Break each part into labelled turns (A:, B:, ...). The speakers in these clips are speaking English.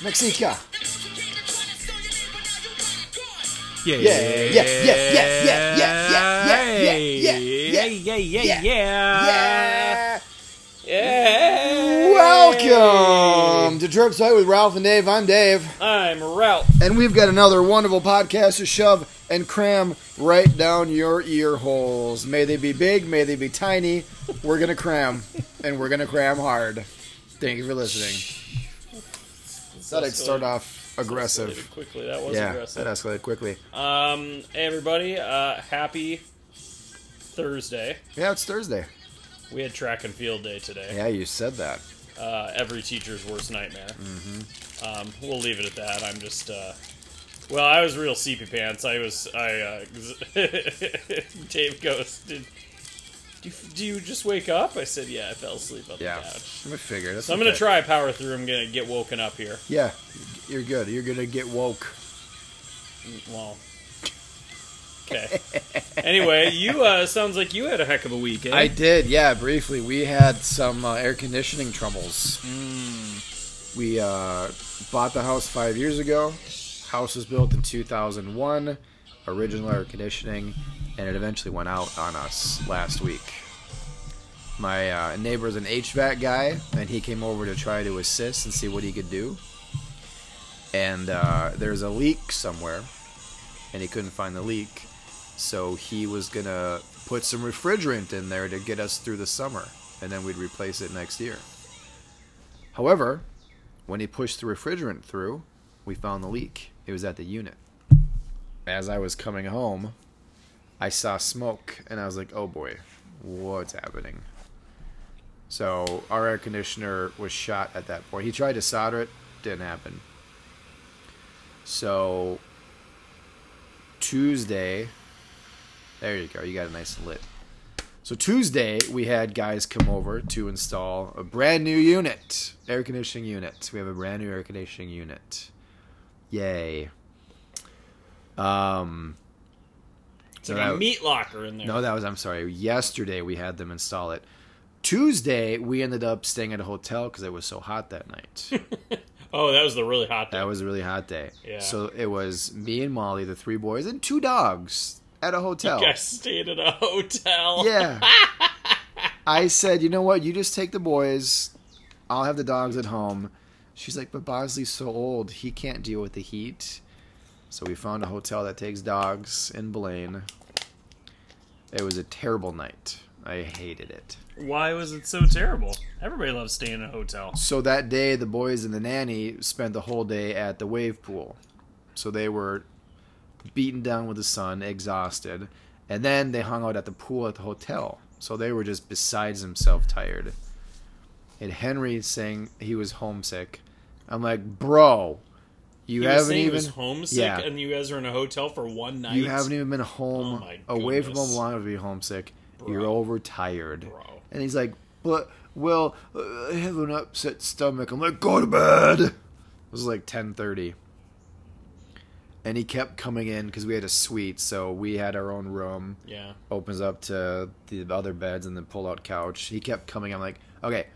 A: Mexica.
B: Yeah,
A: yeah, yeah, yeah, yeah, yeah, yeah, yeah, yeah, yeah, yeah,
B: yeah,
A: yeah,
B: yeah, Uh, yeah,
A: Yeah.
B: yeah.
A: Welcome to Curbside with Ralph and Dave. I'm Dave,
B: I'm Ralph.
A: and we've got another wonderful podcast to shove and cram right down your ear holes. May they be big, may they be tiny. We're gonna cram, and we're gonna cram hard. Thank you for listening. Thought I'd start off aggressive.
B: Escalated Quickly, that was
A: Yeah, that
B: aggressive.
A: escalated quickly.
B: Um, hey everybody, uh, happy Thursday.
A: Yeah, it's Thursday.
B: We had track and field day today.
A: Yeah, you said that.
B: Uh, every teacher's worst nightmare.
A: Mm-hmm.
B: Um, we'll leave it at that. I'm just, uh, well, I was real seepy pants. I was, I, uh, Dave goes, did, do you, do you just wake up? I said, yeah, I fell asleep on
A: Yeah,
B: the couch.
A: I'm gonna figure. That's
B: So I'm gonna
A: okay.
B: try power through. I'm gonna get woken up here.
A: Yeah, you're good. You're gonna get woke.
B: Well, okay. anyway, you uh, sounds like you had a heck of a week. Eh?
A: I did, yeah. Briefly, we had some uh, air conditioning troubles. We uh, bought the house five years ago. House was built in 2001. Original air conditioning, and it eventually went out on us last week. My uh, neighbor's an HVAC guy, and he came over to try to assist and see what he could do. And uh, there's a leak somewhere, and he couldn't find the leak, so he was gonna put some refrigerant in there to get us through the summer, and then we'd replace it next year. However, when he pushed the refrigerant through, we found the leak. It was at the unit. As I was coming home, I saw smoke, and I was like, "Oh boy, what's happening?" So our air conditioner was shot at that point. He tried to solder it, didn't happen. So Tuesday. There you go. You got it nice and lit. So Tuesday we had guys come over to install a brand new unit, air conditioning unit. We have a brand new air conditioning unit. Yay. Um
B: It's like
A: No,
B: a
A: that-
B: meat locker in there.
A: no, that was I'm sorry. Yesterday we had them install it. Tuesday we ended up staying at a hotel cuz it was so hot that night.
B: oh, that was the really hot day.
A: That was a really hot day.
B: Yeah.
A: So it was me and Molly, the three boys, and two dogs at a hotel.
B: I stayed at a hotel.
A: Yeah. I said, you know what? You just take the boys. I'll have the dogs at home. She's like, but Bosley's so old. He can't deal with the heat. So we found a hotel that takes dogs in Blaine. It was a terrible night. I hated it.
B: Why was it so terrible? Everybody loves staying at a hotel.
A: So that day, the boys and the nanny spent the whole day at the wave pool. So they were beaten down with the sun, exhausted, and then they hung out at the pool at the hotel. So they were just besides themselves, tired. And Henry saying he was homesick. I'm like, bro, you
B: He was
A: haven't
B: saying he
A: even
B: was homesick,
A: Yeah.
B: and you guys are in a hotel for one night.
A: you haven't even been home
B: Oh my
A: away from home
B: goodness.
A: long enough to be homesick.
B: Bro.
A: You're overtired.
B: Bro.
A: And he's like, but well, uh, I have an upset stomach. I'm like, go to bed. It was like 10:30, and he kept coming in because we had a suite, so we had our own room.
B: Yeah.
A: Opens up to the other beds and the pull-out couch. He kept coming. I'm like, okay,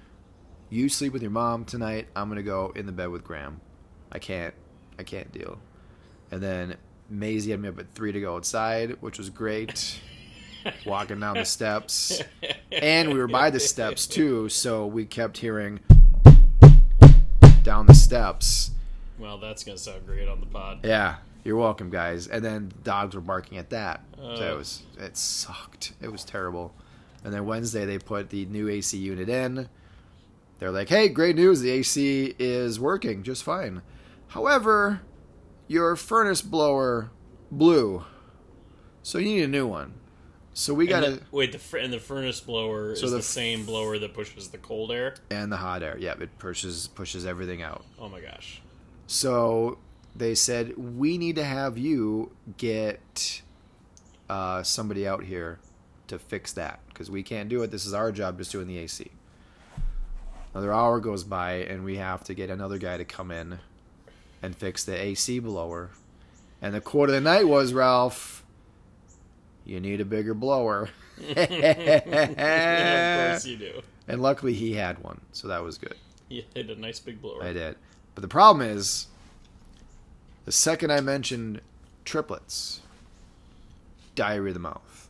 A: you sleep with your mom tonight. I'm gonna go in the bed with Graham. I can't, I can't deal. And then Maisie had me up at three to go outside, which was great. Walking down the steps, and we were by the steps too, so we kept hearing down the steps.
B: Well, that's gonna sound great on the pod.
A: Yeah, you're welcome, guys. And then dogs were barking at that. so
B: Oh.
A: it was it sucked. It was terrible. And then Wednesday they put the new AC unit in. They're like, "Hey, great news! The AC is working just fine. However, your furnace blower blew, so you need a new one." So we got
B: And
A: to
B: the, wait, the fr- and the furnace blower
A: So
B: is
A: the
B: the,
A: f-
B: same blower that pushes the cold air.
A: and the hot air. Yeah, it pushes pushes everything out.
B: Oh my gosh.
A: So they said we need to have you get uh, somebody out here to fix that because we can't do it. This is our job, just doing the AC. Another hour goes by, and we have to get another guy to come in and fix the AC blower. And the quote of the night was Ralph, you need a bigger blower. Eh.
B: Yeah, of course
A: and
B: you do.
A: luckily, he had one, so that was good.
B: You hit a nice big blower.
A: I did. But the problem is, the second I mentioned triplets, diarrhea of the mouth.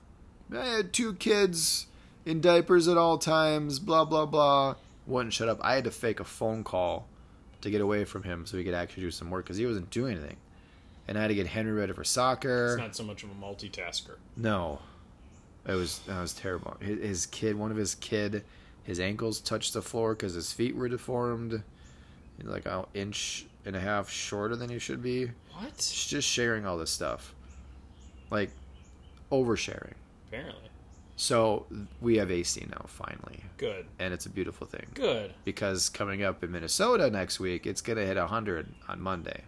A: I had two kids in diapers at all times, blah, blah, blah. Wouldn't shut up. I had to fake a phone call to get away from him so he could actually do some work because he wasn't doing anything. And I had to get Henry ready for soccer.
B: It's not so much of a multitasker.
A: No, it was that was terrible. His, his kid, one of his kid, his ankles touched the floor because his feet were deformed, He's like an inch and a half shorter than he should be.
B: What?
A: It's just sharing all this stuff, like oversharing.
B: Apparently.
A: So we have AC now finally,
B: Good.
A: and it's a beautiful thing
B: Good.
A: because coming up in Minnesota next week, it's gonna hit hundred on Monday.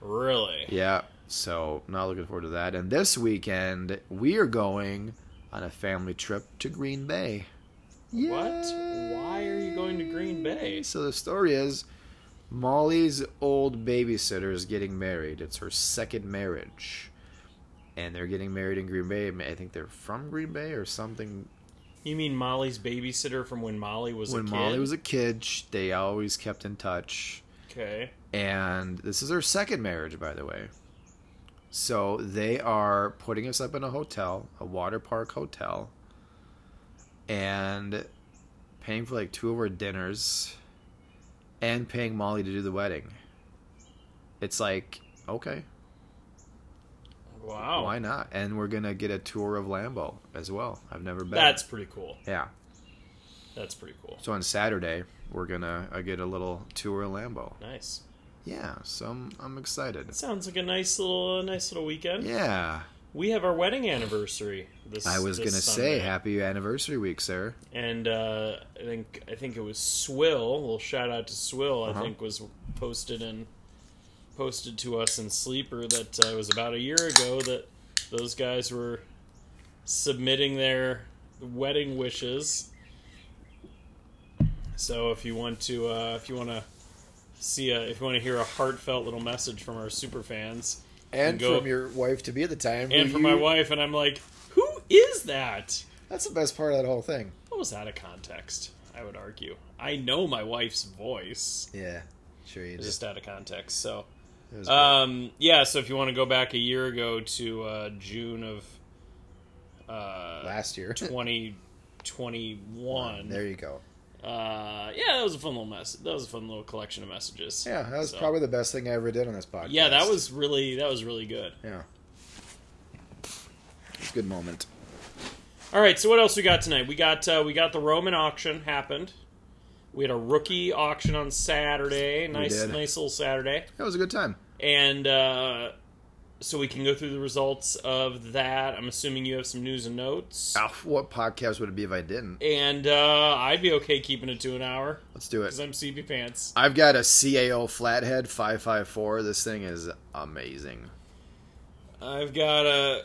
B: Really?
A: Yeah, so not looking forward to that. And this weekend we are going on a family trip to Green Bay.
B: What? Why are you going to Green Bay?
A: Yay. So the story is Molly's old babysitter is getting married. It's her second marriage. And they're getting married in Green Bay. I think they're from Green Bay or something.
B: You mean Molly's babysitter from when Molly was a
A: when
B: kid?
A: Molly was a kid, sh- they always kept in touch.
B: okay.
A: And this is her second marriage, by the way. So they are putting us up in a hotel, a water park hotel, and paying for like two of our dinners and paying Molly to do the wedding. It's like, okay,
B: Wow.
A: why not? And we're going to get a tour of Lambo as well. I've never been.
B: That's pretty cool.
A: yeah.
B: That's pretty cool.
A: So on Saturday, we're going to uh, get a little tour of Lambo.
B: Nice.
A: Yeah, so I'm, I'm excited.
B: That sounds like a nice little, nice little weekend.
A: Yeah.
B: We have our wedding anniversary. This
A: I was
B: this
A: gonna
B: Sunday.
A: say happy anniversary week, sir.
B: and uh, I think I think it was Swill. Well, shout out to Swill.
A: Uh-huh.
B: I think was posted in posted to us in Sleeper that uh, it was about a year ago that those guys were submitting their wedding wishes. So if you want to uh, if you want to see a, if you want to hear a heartfelt little message from our super fans
A: And
B: Go-
A: from your wife to be at the time.
B: and
A: who
B: from my
A: you-
B: wife, and I'm like, who is that?
A: That's the best part of that whole thing.
B: That was out of context, I would argue. I know my wife's voice.
A: Yeah, sure you
B: It's just out of context. So,
A: It was
B: um, yeah, so if you want to go back a year ago to uh, June of
A: great.
B: uh,
A: last year.
B: 2021,
A: there you go.
B: uh, yeah, that was a fun little mess. That was a fun little collection of messages.
A: Yeah, that was
B: So-
A: probably the best thing I ever did on this podcast.
B: Yeah, that was really that was really good.
A: Yeah, it's a good moment.
B: All right, so what else we got tonight? We got uh, we got the Roman auction happened. We had a rookie auction on Saturday. Nice,
A: did.
B: nice little Saturday.
A: That was a good time.
B: And uh, so we can go through the results of that. I'm assuming you have some news and notes.
A: Ah, what podcast would it be if I didn't?
B: And uh, I'd be okay keeping it to an hour
A: Let's do
B: because
A: it.
B: I'm CP Pants.
A: I've got a CAO Flathead five five four. This thing is amazing.
B: I've got a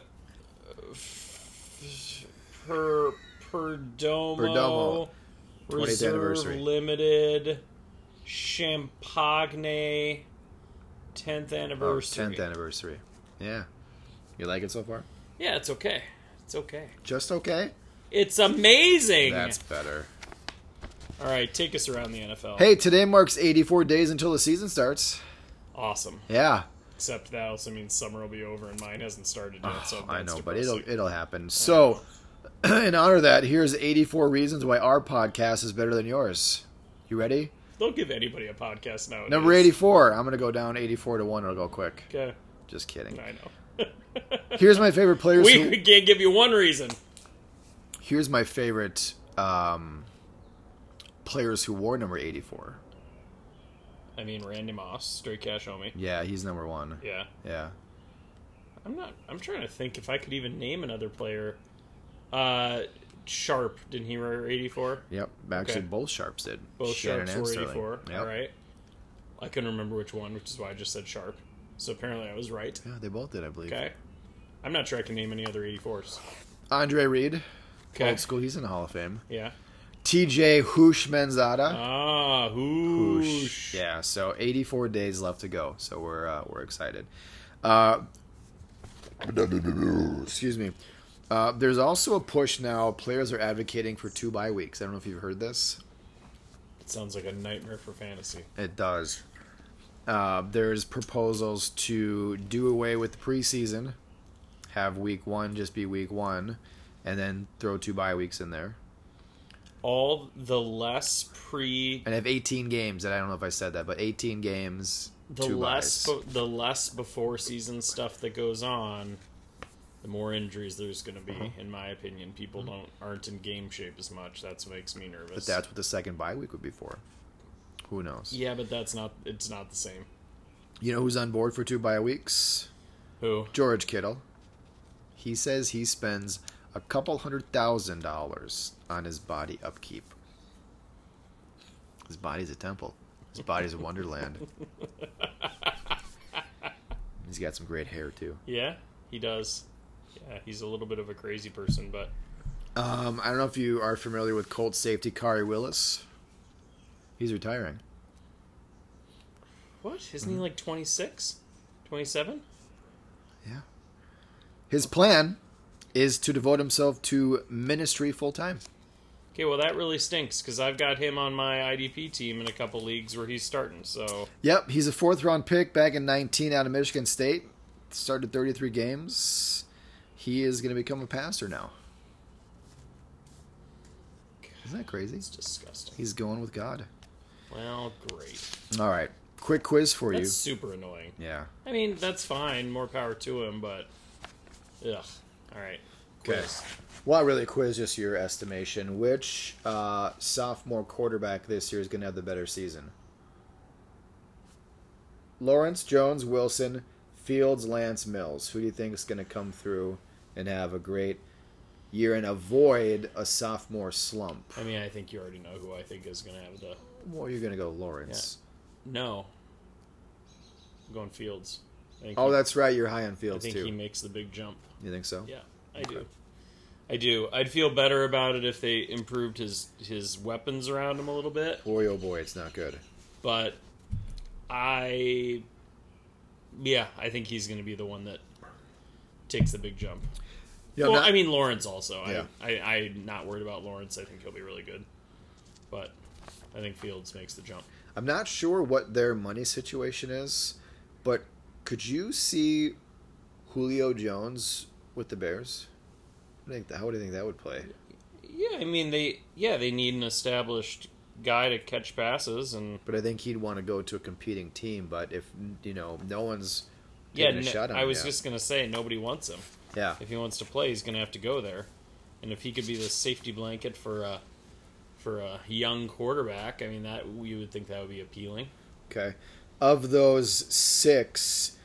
B: per Perdomo,
A: Perdomo, 20th
B: Reserve
A: anniversary.
B: Limited Champagne 10th anniversary.
A: Oh, Tenth anniversary. Yeah, you like it so far?
B: Yeah, it's okay. It's okay.
A: Just okay.
B: It's amazing.
A: That's better.
B: All right, take us around the NFL.
A: Hey, today marks 84 days until the season starts.
B: Awesome.
A: Yeah,
B: Except that also means summer will be over and mine hasn't started yet. so
A: Ah, I
B: that's
A: know, but it'll
B: depressing.
A: it'll happen. So, in honor of that, here's 84 reasons why our podcast is better than yours. You ready?
B: they'll give anybody a podcast now.
A: Number 84. I'm gonna go down 84 to one. It'll go quick.
B: Okay,
A: Just kidding.
B: I know.
A: Here's my favorite players.
B: we,
A: who,
B: we can't give you one reason.
A: here's my favorite um, players who wore number 84.
B: I mean, Randy Moss, straight cash on me.
A: Yeah, he's number one.
B: Yeah,
A: Yeah.
B: I'm not. I'm trying to think if I could even name another player. Uh, Sharp didn't he wear 84?
A: Yep. Actually,
B: Okay.
A: both sharps did.
B: Both
A: Shannon
B: Sharps
A: and
B: were
A: Sterling.
B: 84.
A: Yep.
B: All right. I couldn't remember which one, which is why I just said Sharp. So apparently I was right.
A: Yeah, they both did, I believe.
B: Okay. I'm not sure I can name any other 84s.
A: Andre Reed,
B: Okay.
A: old school, he's in the Hall of Fame.
B: Yeah.
A: TJ Hoosh Menzada.
B: Ah, whoosh.
A: Yeah, so 84 days left to go. So we're uh, we're excited. Uh, excuse me. Uh, there's also a push now. Players are advocating for two bye weeks. I don't know if you've heard this.
B: It sounds like a nightmare for fantasy.
A: It does. Uh, there's proposals to do away with the preseason, have week one just be week one, and then throw two bye weeks in there,
B: All the less pre
A: and have 18 games. And I don't know if I said that, but 18 games,
B: the
A: two
B: less
A: byes.
B: bu- the less before season stuff that goes on, the more injuries there's going to
A: Uh-huh.
B: be in my opinion. People don't aren't in game shape as much. That's what makes me nervous.
A: Mm-hmm. But that's what the second bye week would be for. Who knows?
B: Yeah, but that's not it's not the same.
A: You know who's on board for two bye weeks?
B: Who?
A: George Kittle. He says he spends a couple hundred thousand dollars on his body upkeep. His body's a temple. His body's a wonderland. He's got some great hair too.
B: Yeah, he does. Yeah, he's a little bit of a crazy person, but
A: Um, I don't know if you are familiar with Colts safety Kari Willis. He's retiring.
B: what? Isn't
A: Mm-hmm.
B: he like 26? 27?
A: Yeah. His plan is to devote himself to ministry full time.
B: Okay, well that really stinks cuz I've got him on my IDP team in a couple leagues where he's starting. So,
A: Yep, he's a fourth round pick back in 19 out of Michigan State. Started 33 games. He is going to become a pastor now. Isn't that crazy?
B: it's disgusting.
A: He's going with God.
B: Well, great.
A: All right, quick quiz for
B: That's super annoying.
A: you. Yeah.
B: I mean, that's fine. More power to him, but ugh. All right.
A: Okay.
B: Quiz.
A: Well, really, quiz just your estimation. Which uh, sophomore quarterback this year is going to have the better season? Lawrence, Jones, Wilson, Fields, Lance, Mills. Who do you think is going to come through and have a great year and avoid a sophomore slump?
B: I mean, I think you already know who I think is going to have the
A: Well, you're going to go Lawrence.
B: No. I'm going Fields. I think
A: Oh,
B: he,
A: that's right. You're high on
B: I
A: Fields,
B: think
A: too.
B: he makes the big jump.
A: You think so?
B: Yeah, I do. I do. I'd feel better about it if they improved his his weapons around him a little bit,
A: Boy, oh boy, it's not good.
B: but I yeah, I think he's going to be the one that takes the big jump.
A: Yeah,
B: well,
A: not-
B: I mean Lawrence also.
A: Yeah.
B: I, I I'm not worried about Lawrence. I think he'll be really good, but I think Fields makes the jump.
A: I'm not sure what their money situation is, but could you see Julio Jones with the Bears? I think how do you think that would play?
B: Yeah, I mean they yeah they need an established guy to catch passes and
A: But I think he'd want to go to a competing team. But if you know, no one's
B: yeah.
A: taking a
B: no-
A: shot on
B: I
A: him
B: was
A: yet.
B: just gonna say nobody wants him.
A: yeah,
B: If he wants to play, he's gonna have to go there, and if he could be the safety blanket for a for a young quarterback, I mean that you would think that would be appealing.
A: okay. Of those six,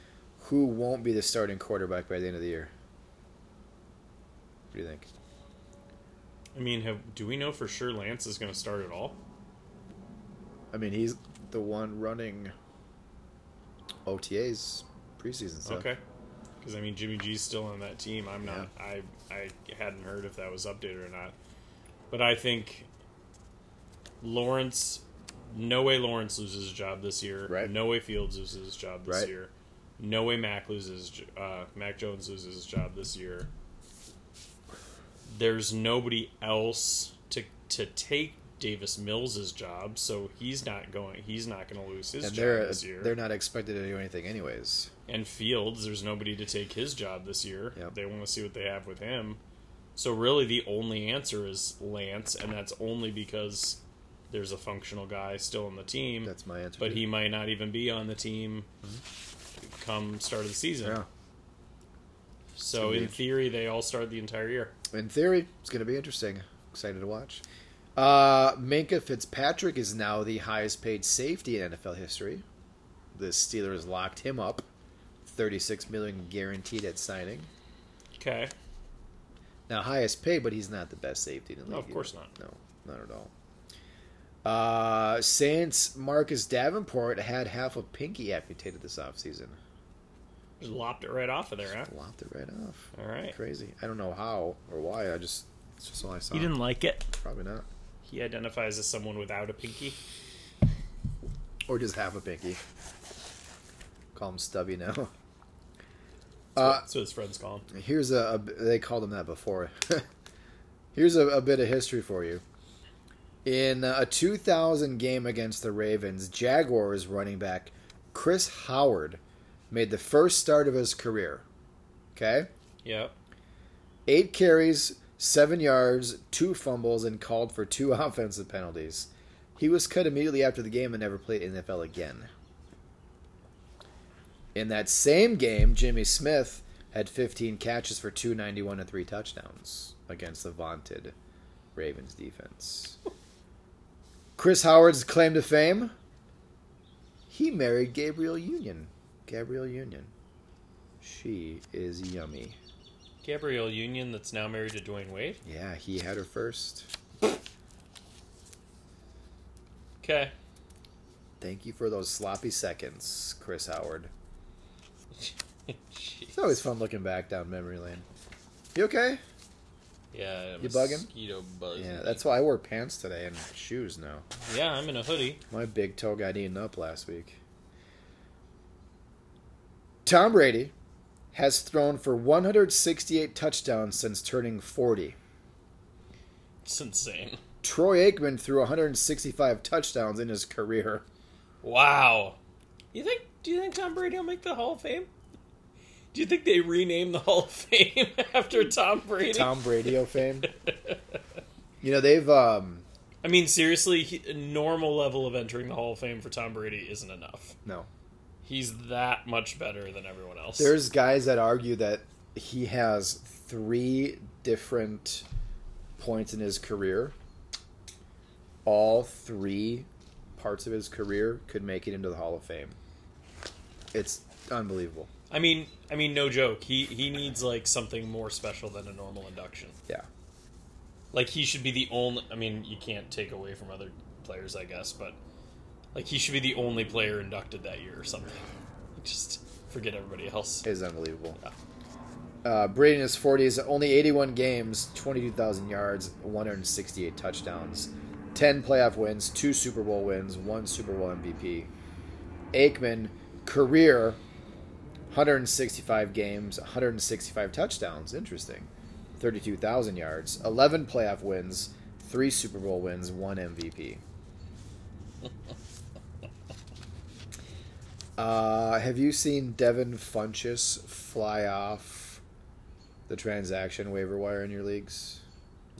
A: who won't be the starting quarterback by the end of the year? What do you think?
B: I mean, have, do we know for sure Lance is gonna start at all?
A: I mean, he's the one running OTAs preseason stuff.
B: Okay. Because I mean, Jimmy G's still on that team. I'm not. I I hadn't heard if that was updated or not, but I think Lawrence. No way Lawrence loses his job this year.
A: Right.
B: No way Fields loses his job this
A: Right.
B: year. No way Mac loses. his j- Uh, Mac Jones loses his job this year. There's nobody else to to take Davis Mills' job, so he's not going. He's not going to lose his
A: and
B: job
A: they're
B: this year
A: they're not expected to do anything anyways.
B: and Fields, there's nobody to take his job this year.
A: Yep.
B: They want to see what they have with him. So really, the only answer is Lance, and that's only because there's a functional guy still on the team.
A: That's my answer.
B: Mm. but
A: too.
B: he might not even be on the team come start of the season.
A: Mm-hmm. yeah.
B: So in
A: Indeed.
B: theory, they all start the entire year.
A: In theory, it's going to be interesting. Excited to watch. Uh, Minka Fitzpatrick is now the highest paid safety in NFL history. The Steelers locked him up, thirty-six million guaranteed at signing.
B: Okay,
A: Now highest paid, but he's not the best safety in the league.
B: No, of course
A: either.
B: not.
A: No, not at all. Uh, Saints Marcus Davenport had half a pinky amputated this offseason.
B: Just lopped it right off of there, huh?
A: Lopped it right off.
B: All right.
A: Crazy. I don't know how or why. I just it's just all I saw.
B: He didn't like it.
A: Probably not.
B: He identifies as someone without a pinky.
A: Or just half a pinky. Call him Stubby now. Uh,
B: That's what his friends call him.
A: here's a, a- they called him that before. here's a, a bit of history for you. In a 2000 game against the Ravens, Jaguars running back Chris Howard made the first start of his career. Okay,
B: Yep.
A: eight carries, seven yards, two fumbles, and called for two offensive penalties. He was cut immediately after the game and never played in the NFL again. In that same game, Jimmy Smith had 15 catches for 291 and three touchdowns against the vaunted Ravens defense. Chris Howard's claim to fame? He married Gabriel Union. Gabriel Union. She is yummy.
B: Gabrielle Union, that's now married to Dwayne Wade.
A: Yeah, he had her first.
B: Okay.
A: Thank you for those sloppy seconds, Chris Howard.
B: Jeez.
A: It's always fun looking back down memory lane. You okay?
B: Yeah.
A: You bugging?
B: Mosquito buzzing.
A: Yeah, that's why I wore pants today and shoes now.
B: Yeah, I'm in a hoodie.
A: My big toe got eaten up last week. Tom Brady has thrown for 168 touchdowns since turning 40.
B: It's insane.
A: Troy Aikman threw 165 touchdowns in his career.
B: Wow. You think? Do you think Tom Brady will make the Hall of Fame? Do you think they rename the Hall of Fame after Tom Brady?
A: Tom Brady of fame. You know, they've um
B: I mean, seriously, he, a normal level of entering the Hall of Fame for Tom Brady isn't enough.
A: no,
B: He's that much better than everyone else.
A: There's guys that argue that he has three different points in his career. All three parts of his career could make it into the Hall of Fame. It's unbelievable.
B: I mean, I mean, no joke. He he needs like something more special than a normal induction.
A: Yeah.
B: Like he should be the only. I mean, you can't take away from other players, I guess, but like he should be the only player inducted that year or something. Just forget everybody else.
A: It is unbelievable. Uh, Brady in his 40s, only 81 games, 22,000 yards, 168 touchdowns, 10 playoff wins, two Super Bowl wins, one Super Bowl MVP. Aikman, career, 165 games, 165 touchdowns. Interesting. 32,000 yards, 11 playoff wins, three Super Bowl wins, one MVP. Uh, have you seen Devin Funchess fly off the transaction waiver wire in your leagues?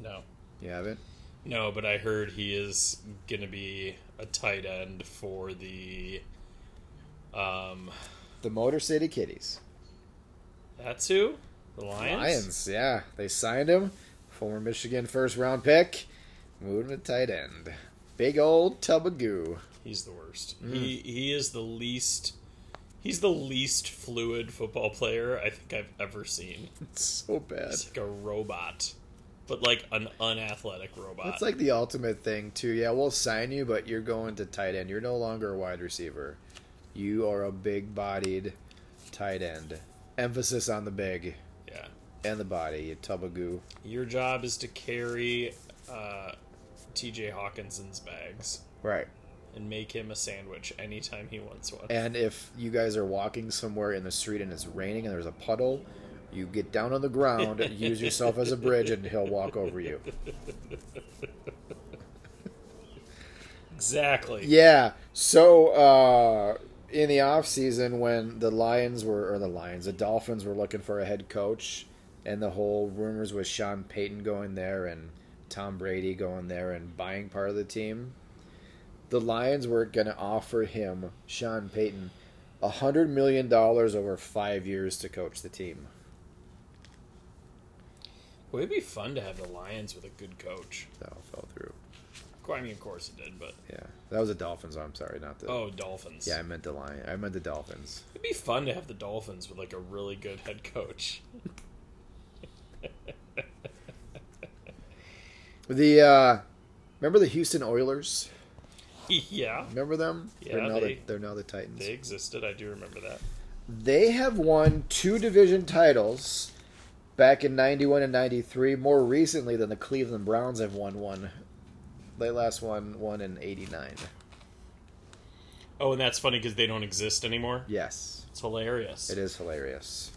B: No,
A: You haven't?
B: no, but I heard he is gonna be a tight end for the. Um,
A: The Motor City Kitties.
B: that's who. The Lions.
A: Lions, yeah. They signed him. Former Michigan first round pick. Moved him to tight end. Big old tub of goo.
B: He's the worst.
A: Mm.
B: He he is the least. He's the least fluid football player I think I've ever seen.
A: It's so bad.
B: He's like a robot, but like an unathletic robot.
A: That's like the ultimate thing, too. Yeah, we'll sign you, but you're going to tight end. You're no longer a wide receiver. You are a big bodied tight end. Emphasis on the big
B: yeah.
A: and the body, you tub of goo.
B: Your job is to carry uh, T.J. Hawkinson's bags
A: Right.
B: and make him a sandwich anytime he wants one.
A: And if you guys are walking somewhere in the street and it's raining and there's a puddle, you get down on the ground, use yourself as a bridge, and he'll walk over you.
B: Exactly.
A: Yeah. So uh, in the off season, when the Lions were or the Lions, the Dolphins were looking for a head coach, and the whole rumors was Sean Payton going there and Tom Brady going there and buying part of the team. The Lions were going to offer him Sean Payton a hundred million dollars over five years to coach the team.
B: Well, it'd be fun to have the Lions with a good coach.
A: That all fell through.
B: Of course- I mean, of course it did, but
A: Yeah, that was the Dolphins. I'm sorry, not the.
B: oh, Dolphins.
A: Yeah, I meant the Lion. I meant the Dolphins.
B: It'd be fun to have the Dolphins with like a really good head coach.
A: The uh, remember the Houston Oilers.
B: yeah,
A: Remember them?
B: Yeah,
A: they're now
B: they-
A: the, they're now the Titans.
B: they existed. I do remember that.
A: They have won two division titles back in 91 and 93, more recently than the Cleveland Browns have won one. They last won one in 89.
B: Oh, and that's funny because they don't exist anymore.
A: Yes.
B: It's hilarious.
A: It is hilarious.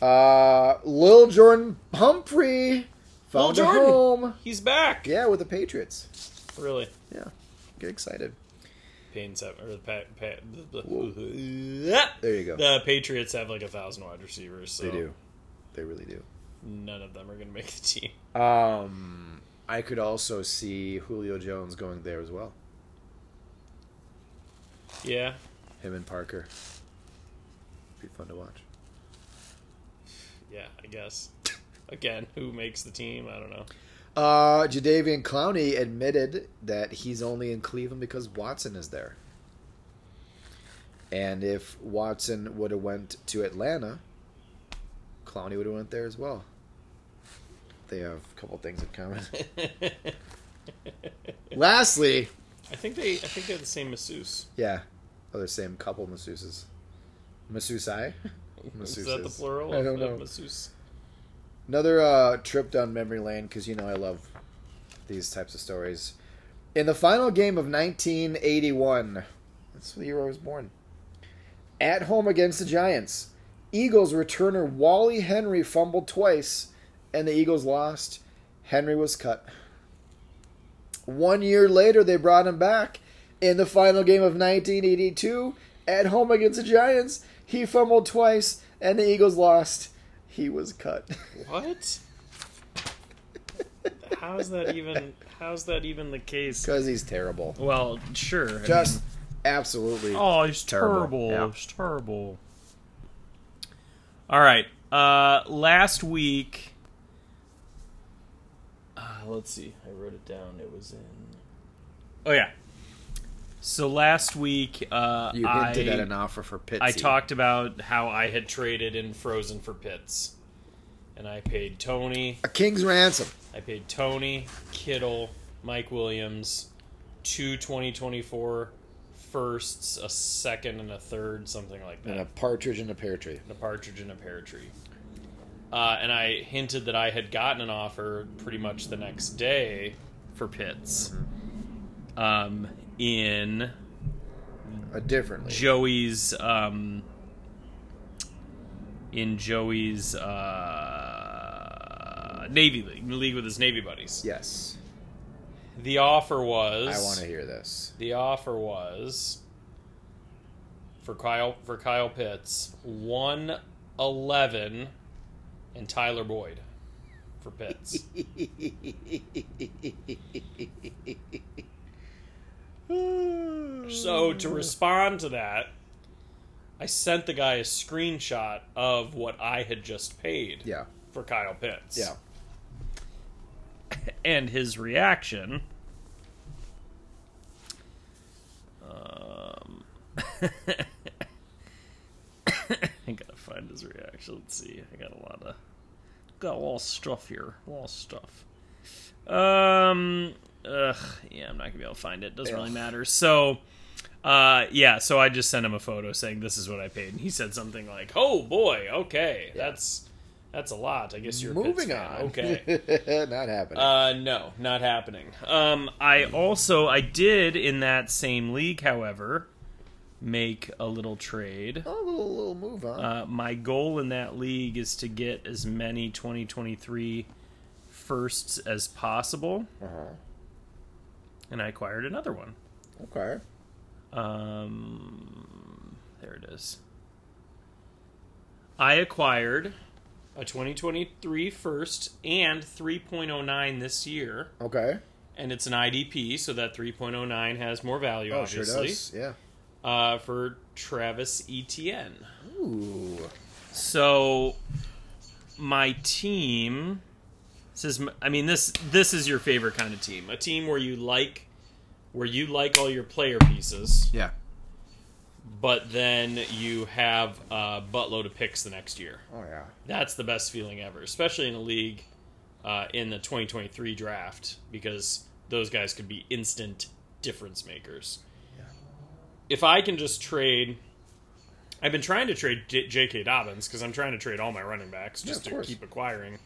A: Uh, Lil Jordan Humphrey
B: Lil
A: found a
B: Jordan.
A: home.
B: He's back.
A: Yeah, with the Patriots.
B: Really.
A: Yeah, get excited.
B: Payne's have or the pa- pa-
A: Whoa.
B: the
A: There you go.
B: Patriots have like a thousand wide receivers. So
A: they do. They really do.
B: None of them are going to make the team.
A: Um, I could also see Julio Jones going there as well.
B: Yeah.
A: Him and Parker. Be fun to watch.
B: Yeah. I guess. Again, who makes the team? I don't know.
A: Uh, Jadavian Clowney admitted that he's only in Cleveland because Watson is there. And if Watson would have went to Atlanta, Clowney would have went there as well. They have a couple things in common. Lastly,
B: I think they. I think they're the same masseuse.
A: yeah, other same couple masseuses. Masseusai?
B: Is that the
A: Masseuses.
B: plural?
A: I
B: of-
A: don't
B: of
A: know.
B: Masseuse.
A: Another uh, trip down memory lane because you know I love these types of stories. In the final game of 1981, that's the year I was born, at home against the Giants, Eagles returner Wally Henry fumbled twice, and the Eagles lost. Henry was cut. One year later, they brought him back in the final game of 1982 at home against the Giants. He fumbled twice, and the Eagles lost. He was cut.
B: What? How is that even? How's that even the case?
A: Because he's terrible.
B: Well, sure. I
A: Just absolutely.
B: Oh, it's
A: Terrible.
B: terrible.
A: Yeah.
B: It's terrible. All right. Uh, last week. Uh, let's see. I wrote it down. It was in. Oh yeah. So last week, uh,
A: you hinted
B: I,
A: at an offer for Pitsy.
B: I talked about how I had traded in Frozen for Pits, and I paid Tony.
A: A king's ransom.
B: I paid Tony, Kittle, Mike Williams, two 2024 firsts, a second and a third, something like that.
A: And a partridge in a pear tree.
B: And a partridge in a pear tree. Uh, and I hinted that I had gotten an offer pretty much the next day for Pitts um, in
A: A different league.
B: Joey's um, in Joey's uh, Navy League, in the league with his Navy buddies.
A: Yes.
B: The offer was.
A: I want to hear this.
B: The offer was for Kyle for Kyle Pitts one eleven and Tyler Boyd for Pitts. so to respond to that, I sent the guy a screenshot of what I had just paid
A: Yeah.
B: for Kyle Pitts.
A: Yeah.
B: and his reaction. Um, I gotta find his reaction. Let's see. I got a lot of got a lot of stuff here. A lot of stuff. Um. Ugh. Yeah, I'm not gonna be able to find it. Doesn't really
A: Ugh.
B: matter. So. Uh yeah, so I just sent him a photo saying this is what I paid, and he said something like, "Oh boy, okay, that's that's a lot. I guess you're a Pits
A: Moving
B: fan.
A: on.
B: Okay,
A: Not happening.
B: uh, no, not happening. Um, I also I did in that same league, however, make a little trade.
A: oh, little, little move on.
B: Uh, my goal in that league is to get as many 2023 firsts as possible,
A: uh-huh.
B: and I acquired another one.
A: Okay.
B: Um, there it is. I acquired a 2023 first and 3.09 this year.
A: Okay.
B: and it's an IDP, so that 3.09 has more value,
A: Oh, sure
B: obviously,
A: does. Yeah.
B: uh, for Travis Etienne.
A: Ooh.
B: So my team this is, m- I mean, this this is your favorite kind of team, a team where you like where you like all your player pieces,
A: Yeah.
B: but then you have a buttload of picks the next year.
A: Oh, yeah.
B: That's the best feeling ever, especially in a league uh, in the 2023 draft, because those guys could be instant difference makers. If I can just trade I've been trying to trade J- J.K. Dobbins because I'm trying to trade all my running backs
A: Yeah,
B: just
A: of
B: to
A: course.
B: keep acquiring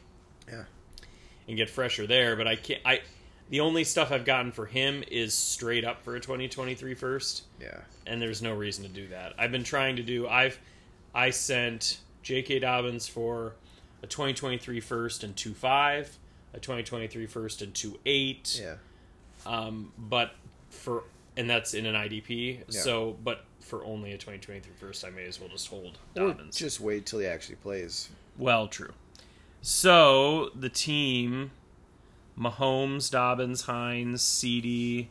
A: Yeah.
B: and get fresher there. But I can't. I the only stuff I've gotten for him is straight up for a 2023 first,
A: Yeah.
B: and there's no reason to do that. I've been trying to do. I've I sent J.K. Dobbins for a 2023 first and two five, a 2023 first and two eight.
A: Yeah.
B: Um, but for and that's in an IDP.
A: Yeah.
B: So, but for only a 2023 first, I may as well just hold
A: Or
B: Dobbins.
A: just wait till he actually plays.
B: Well, true. So the team: Mahomes, Dobbins, Hines, Ceedee,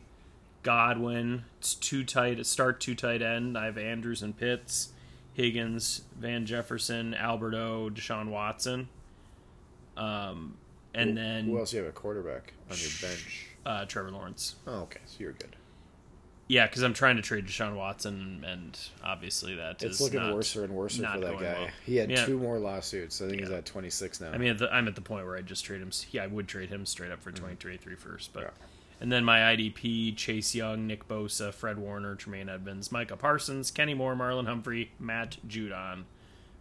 B: Godwin. It's two tight. Start two tight end. I have Andrews and Pitts, Higgins, Van Jefferson, Alberto, Deshaun Watson. Um, and then
A: Who else do you have a quarterback on your bench?
B: uh, Trevor Lawrence.
A: Oh, okay. So you're good.
B: Yeah, because I'm trying to trade Deshaun Watson, and obviously that
A: It's
B: is
A: looking
B: not-
A: worser and worser
B: not
A: for that
B: going
A: guy.
B: well.
A: He had
B: Yeah.
A: two more lawsuits. I think he's
B: Yeah.
A: at 26 now.
B: I mean, at the, I'm at the point where I just trade him. Yeah, I would trade him straight up for 23 first. But
A: Mm-hmm. Yeah.
B: and then my IDP: Chase Young, Nick Bosa, Fred Warner, Tremaine Edmonds, Micah Parsons, Kenny Moore, Marlon Humphrey, Matt Judon.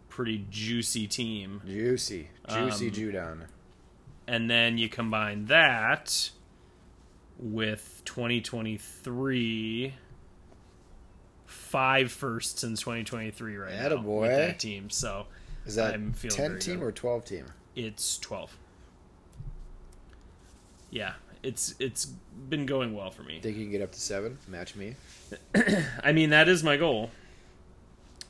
B: Pretty juicy team.
A: juicy, juicy
B: Um,
A: Judon.
B: And then you combine that with 2023 five firsts in 2023 right now
A: Attaboy.
B: with that team. So
A: Is that
B: I'm feeling
A: 10
B: very
A: team
B: good.
A: or 12 team?
B: it's 12 yeah it's it's been going well for me
A: Think you can get up to seven? Match me.
B: i mean that is my goal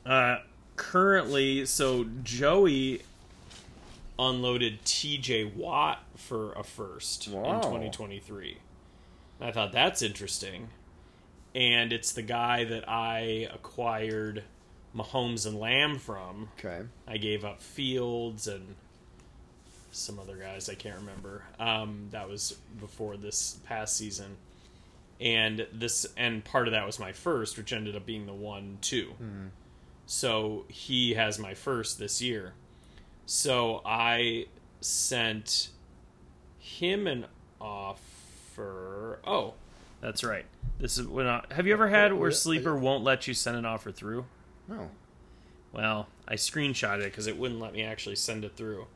B: uh currently so joey unloaded tj watt for a first
A: Wow.
B: in 2023 And i thought that's interesting and it's the guy that i acquired mahomes and lamb from
A: Okay.
B: I gave up Fields and some other guys I can't remember. Um, that was before this past season, and this and part of that was my first, which ended up being the one two. So he has my first this year. So I sent him an offer. Oh, that's right. This is when I, have you ever had where
A: Yeah, I-
B: Sleeper won't let you send an offer through?
A: No.
B: Well, I screenshotted it because it wouldn't let me actually send it through.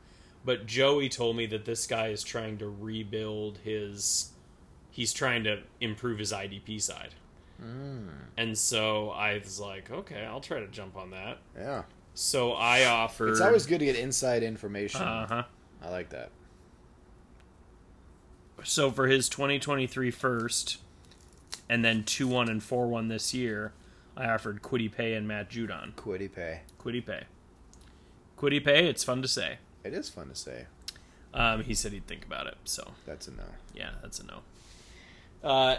B: But Joey told me that this guy is trying to rebuild his. He's trying to improve his IDP side.
A: Mm.
B: And so I was like, okay, I'll try to jump on that.
A: Yeah.
B: So I offered.
A: It's always good to get inside information.
B: Uh huh.
A: I like that.
B: So for his 2023 first, and then 2 1 and 4 1 this year, I offered Quiddy Pay and Matt Judon.
A: Quiddy pay.
B: Quiddy Pay. Quiddy Pay, it's fun to say.
A: It is fun to say.
B: Um, he said he'd think about it, so.
A: That's a no.
B: yeah, that's a no. Uh,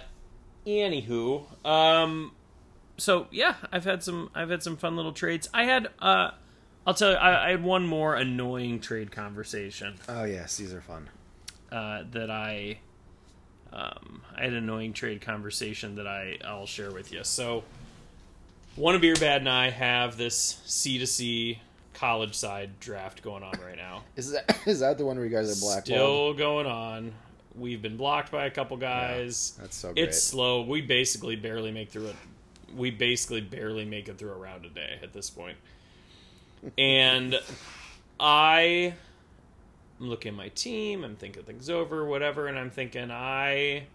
B: anywho, um, so yeah, I've had some I've had some fun little trades. I had uh, I'll tell you, I, I had one more annoying trade conversation
A: Oh, yes. These are fun.
B: uh, that I um, I had an annoying trade conversation that I I'll share with you. So, Wanna Beer Bad and I have this C to C college side draft going on right now.
A: Is that, is that the one where you guys are blackballed?
B: Still going on. We've been blocked by a couple guys.
A: That's so Oh, great.
B: It's slow. We basically barely make through it. We basically barely make it through a round a day at this point. And I am looking at my team. I'm thinking things over, whatever, and I'm thinking I.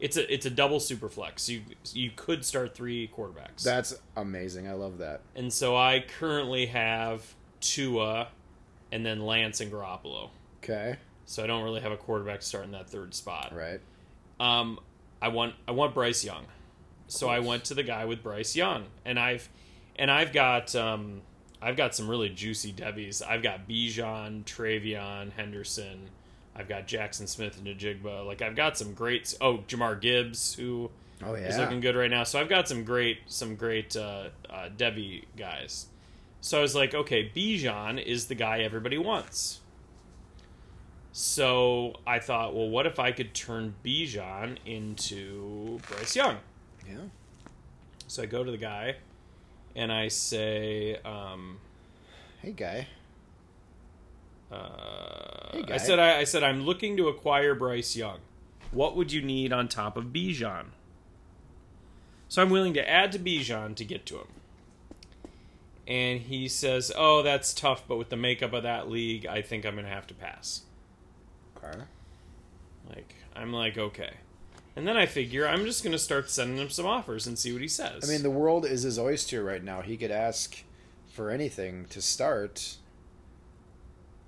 B: It's a it's a double super flex. You you could start three quarterbacks.
A: That's amazing. I love that.
B: and so I currently have Tua, and then Lance and Garoppolo.
A: Okay.
B: So I don't really have a quarterback to start in that third spot.
A: Right.
B: Um, I want I want Bryce Young, so I went to the guy with Bryce Young, and I've and I've got um, I've got some really juicy debbies. I've got Bijan, Travion, Henderson. I've got Jackson Smith and Najigba. Like I've got some great. Oh, Jamar Gibbs, who
A: Oh, yeah.
B: is looking good right now. So I've got some great some great uh, uh, Debbie guys. So I was like, okay, Bijan is the guy everybody wants. So I thought, well, what if I could turn Bijan into Bryce Young?
A: Yeah.
B: So I go to the guy, and I say, um,
A: Hey, guy.
B: uh,
A: Hey, guy.
B: I said, I, I said, I'm looking to acquire Bryce Young. What would you need on top of Bijan? So I'm willing to add to Bijan to get to him. and he says, "Oh, that's tough, but with the makeup of that league, I think I'm gonna have to pass."
A: Okay.
B: Like, I'm like, okay. And then I figure I'm just gonna start sending him some offers and see what he
A: I
B: says.
A: mean, the world is his oyster right now. He could ask for anything to start.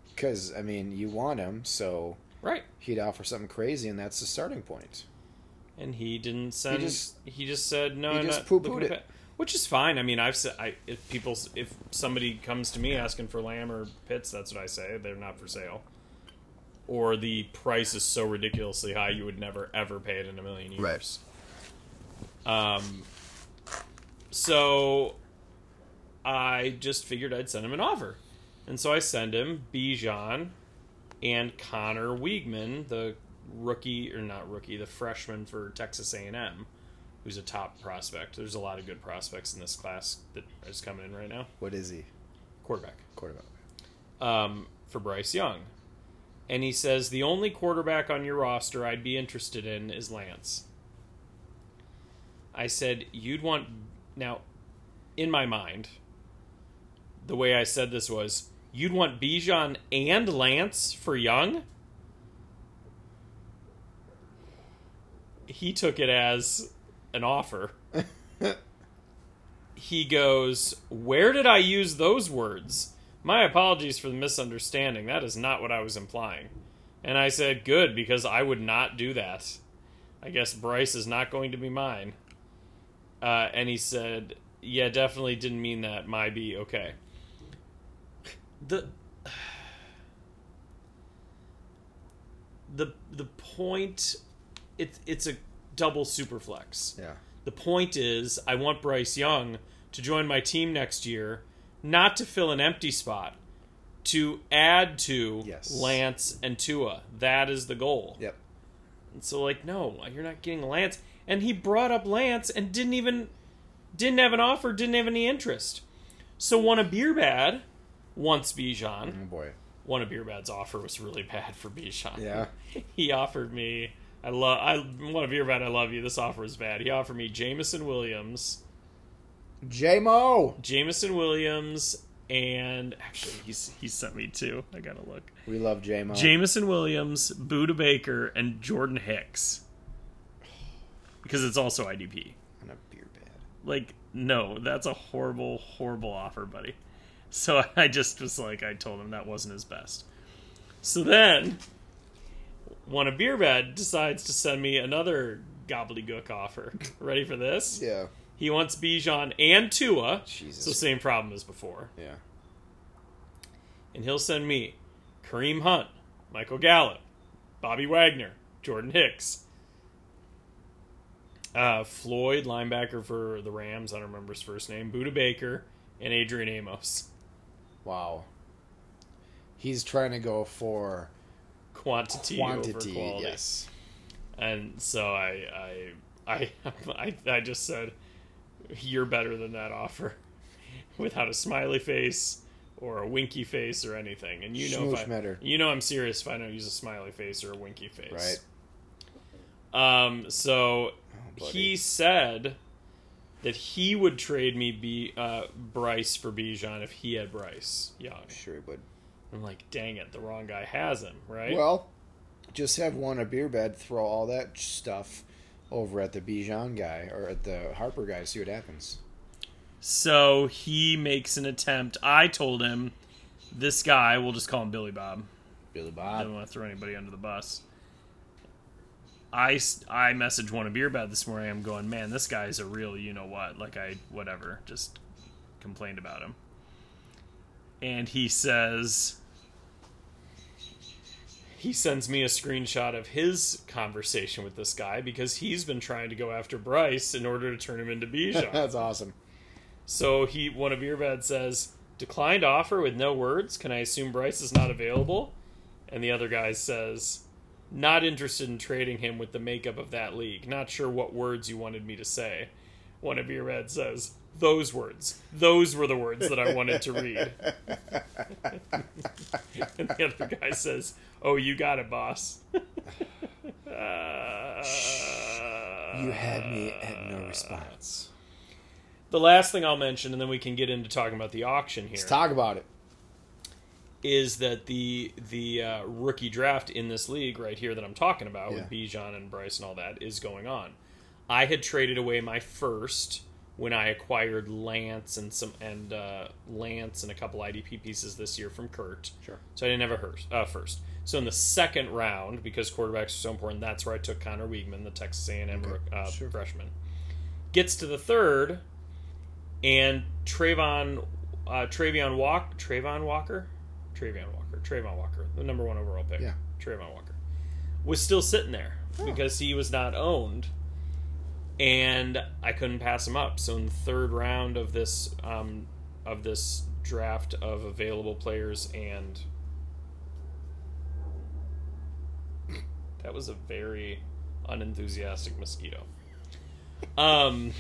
A: Because, I mean, you want him, so
B: right?
A: he'd offer something crazy, and that's the starting point.
B: And he didn't send. He just,
A: just-
B: said no.
A: he
B: I'm
A: just
B: not
A: poo-pooed
B: looking to
A: it.
B: pa-" which is fine. I mean, I've said I, if people if somebody comes to me asking for lamb or pits, that's what I say. They're not for sale. Or the price is so ridiculously high you would never ever pay it in a million years. Um, so I just figured I'd send him an offer. And so I send him Bijan and Connor Wiegman, the rookie or not rookie, the freshman for Texas A&M, who's a top prospect. There's a lot of good prospects in this class that is coming in right now.
A: What is he?
B: Quarterback
A: Quarterback.
B: um, for Bryce Young. And he says, The only quarterback on your roster I'd be interested in is Lance. I said, You'd want. Now, in my mind, the way I said this was, You'd want Bijan and Lance for Young? He took it as an offer. he goes, Where did I use those words? My apologies for the misunderstanding. That is not what I was implying. And I said, Good, because I would not do that. I guess Bryce is not going to be mine. Uh, and he said, Yeah, definitely didn't mean that. My be okay. The. The, the point it, it's a double superflex.
A: Yeah.
B: The point is, I want Bryce Young to join my team next year, not to fill an empty spot, to add to
A: Yes.
B: Lance and Tua. That is the goal.
A: Yep.
B: And so, like, no, you're not getting Lance. And he brought up Lance and didn't even didn't have an offer, didn't have any interest. So, won a beer bad, wants Bijan.
A: Oh, boy.
B: One of Beerbad's offer was really bad for Bijan.
A: Yeah.
B: he offered me. I love. I one of Beerbad. I love you. This offer is bad. He offered me Jamison Williams,
A: J-Mo!
B: Jamison Williams, and actually, he's he sent me two. I gotta look.
A: We love J-Mo.
B: Jamison Williams, Buda Baker, and Jordan Hicks, because it's also IDP.
A: and a beer bed.
B: Like, no, that's a horrible, horrible offer, buddy. So I just was like, I told him that wasn't his best. So then, one of Beerbad decides to send me another gobbledygook offer. Ready for this?
A: Yeah.
B: He wants Bijan and Tua.
A: Jesus.
B: So same problem as before.
A: Yeah.
B: And he'll send me Kareem Hunt, Michael Gallup, Bobby Wagner, Jordan Hicks, uh, Floyd, linebacker for the Rams, I don't remember his first name, Buda Baker, and Adrian Amos.
A: Wow. He's trying to go for
B: Quantity, over
A: quantity.
B: quality.
A: Yes.
B: And so I, I, I, I, I just said, "You're better than that offer," without a smiley face or a winky face or anything. And you know, if I,
A: Schmooshmetter.
B: you know, I'm serious if I don't use a smiley face or a winky face.
A: Right.
B: Um,
A: Oh,
B: so
A: buddy.
B: he said that he would trade me B, uh, Bryce for Bijan if he had Bryce Young.
A: Sure he would.
B: I'm like, dang it, the wrong guy has him, right?
A: Well, just have one a beer bed, throw all that stuff over at the Bijan guy or at the Harper guy, see what happens.
B: so he makes an attempt. I told him this guy, we'll just call him Billy Bob.
A: Billy
B: I
A: Bob.
B: don't want to throw anybody under the bus. I, s- I messaged one of beer bad this morning. I'm going, man, this guy's a real you know what. Like I whatever, just complained about him. And he says he sends me a screenshot of his conversation with this guy because he's been trying to go after Bryce in order to turn him into Bijan.
A: That's awesome.
B: So he one of Earbad says, declined offer with no words. Can I assume Bryce is not available? And the other guy says, not interested in trading him with the makeup of that league. Not sure what words you wanted me to say. One of Earbad says, those words. Those were the words that I wanted to read. and the other guy says, Oh, you got it, boss.
A: Uh, You had me at no response.
B: The last thing I'll mention, and then we can get into talking about the auction here, is
A: Let's talk about it.
B: that the the uh, rookie draft in this league right here that I'm talking about with
A: Yeah.
B: Bijan and Bryce and all that is going on. I had traded away my first when I acquired Lance and some and uh, Lance and a couple IDP pieces this year from Kurt.
A: Sure.
B: So I didn't have a hers, uh, first. So in the second round, because quarterbacks are so important, that's where I took Connor Wiegman, the Texas A&M rook- uh,
A: sure.
B: freshman. Gets to the third, and Trayvon, uh, Travion Walk, Trayvon Walker, Travion Walker, Trayvon Walker, the number one overall pick,
A: Yeah. Oh.
B: Trayvon Walker, was still sitting there because he was not owned, and I couldn't pass him up. So in the third round of this um, of this draft of available players and that was a very unenthusiastic mosquito. Um,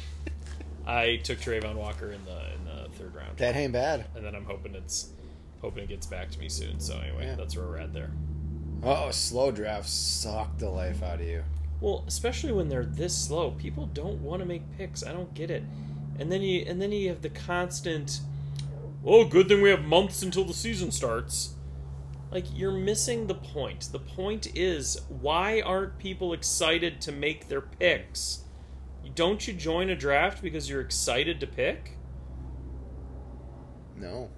B: I took Trayvon Walker in the in the third round,
A: That ain't bad.
B: and then I'm hoping it's hoping it gets back to me soon. So anyway,
A: Yeah.
B: that's where we're at there.
A: Oh, slow drafts suck the life out of you.
B: Well, especially when they're this slow, people don't want to make picks. I don't get it. And then you and then you have the constant Oh, good thing we have months until the season starts. Like you're missing the point. The point is why aren't people excited to make their picks? Don't you join a draft because you're excited to pick?
A: No.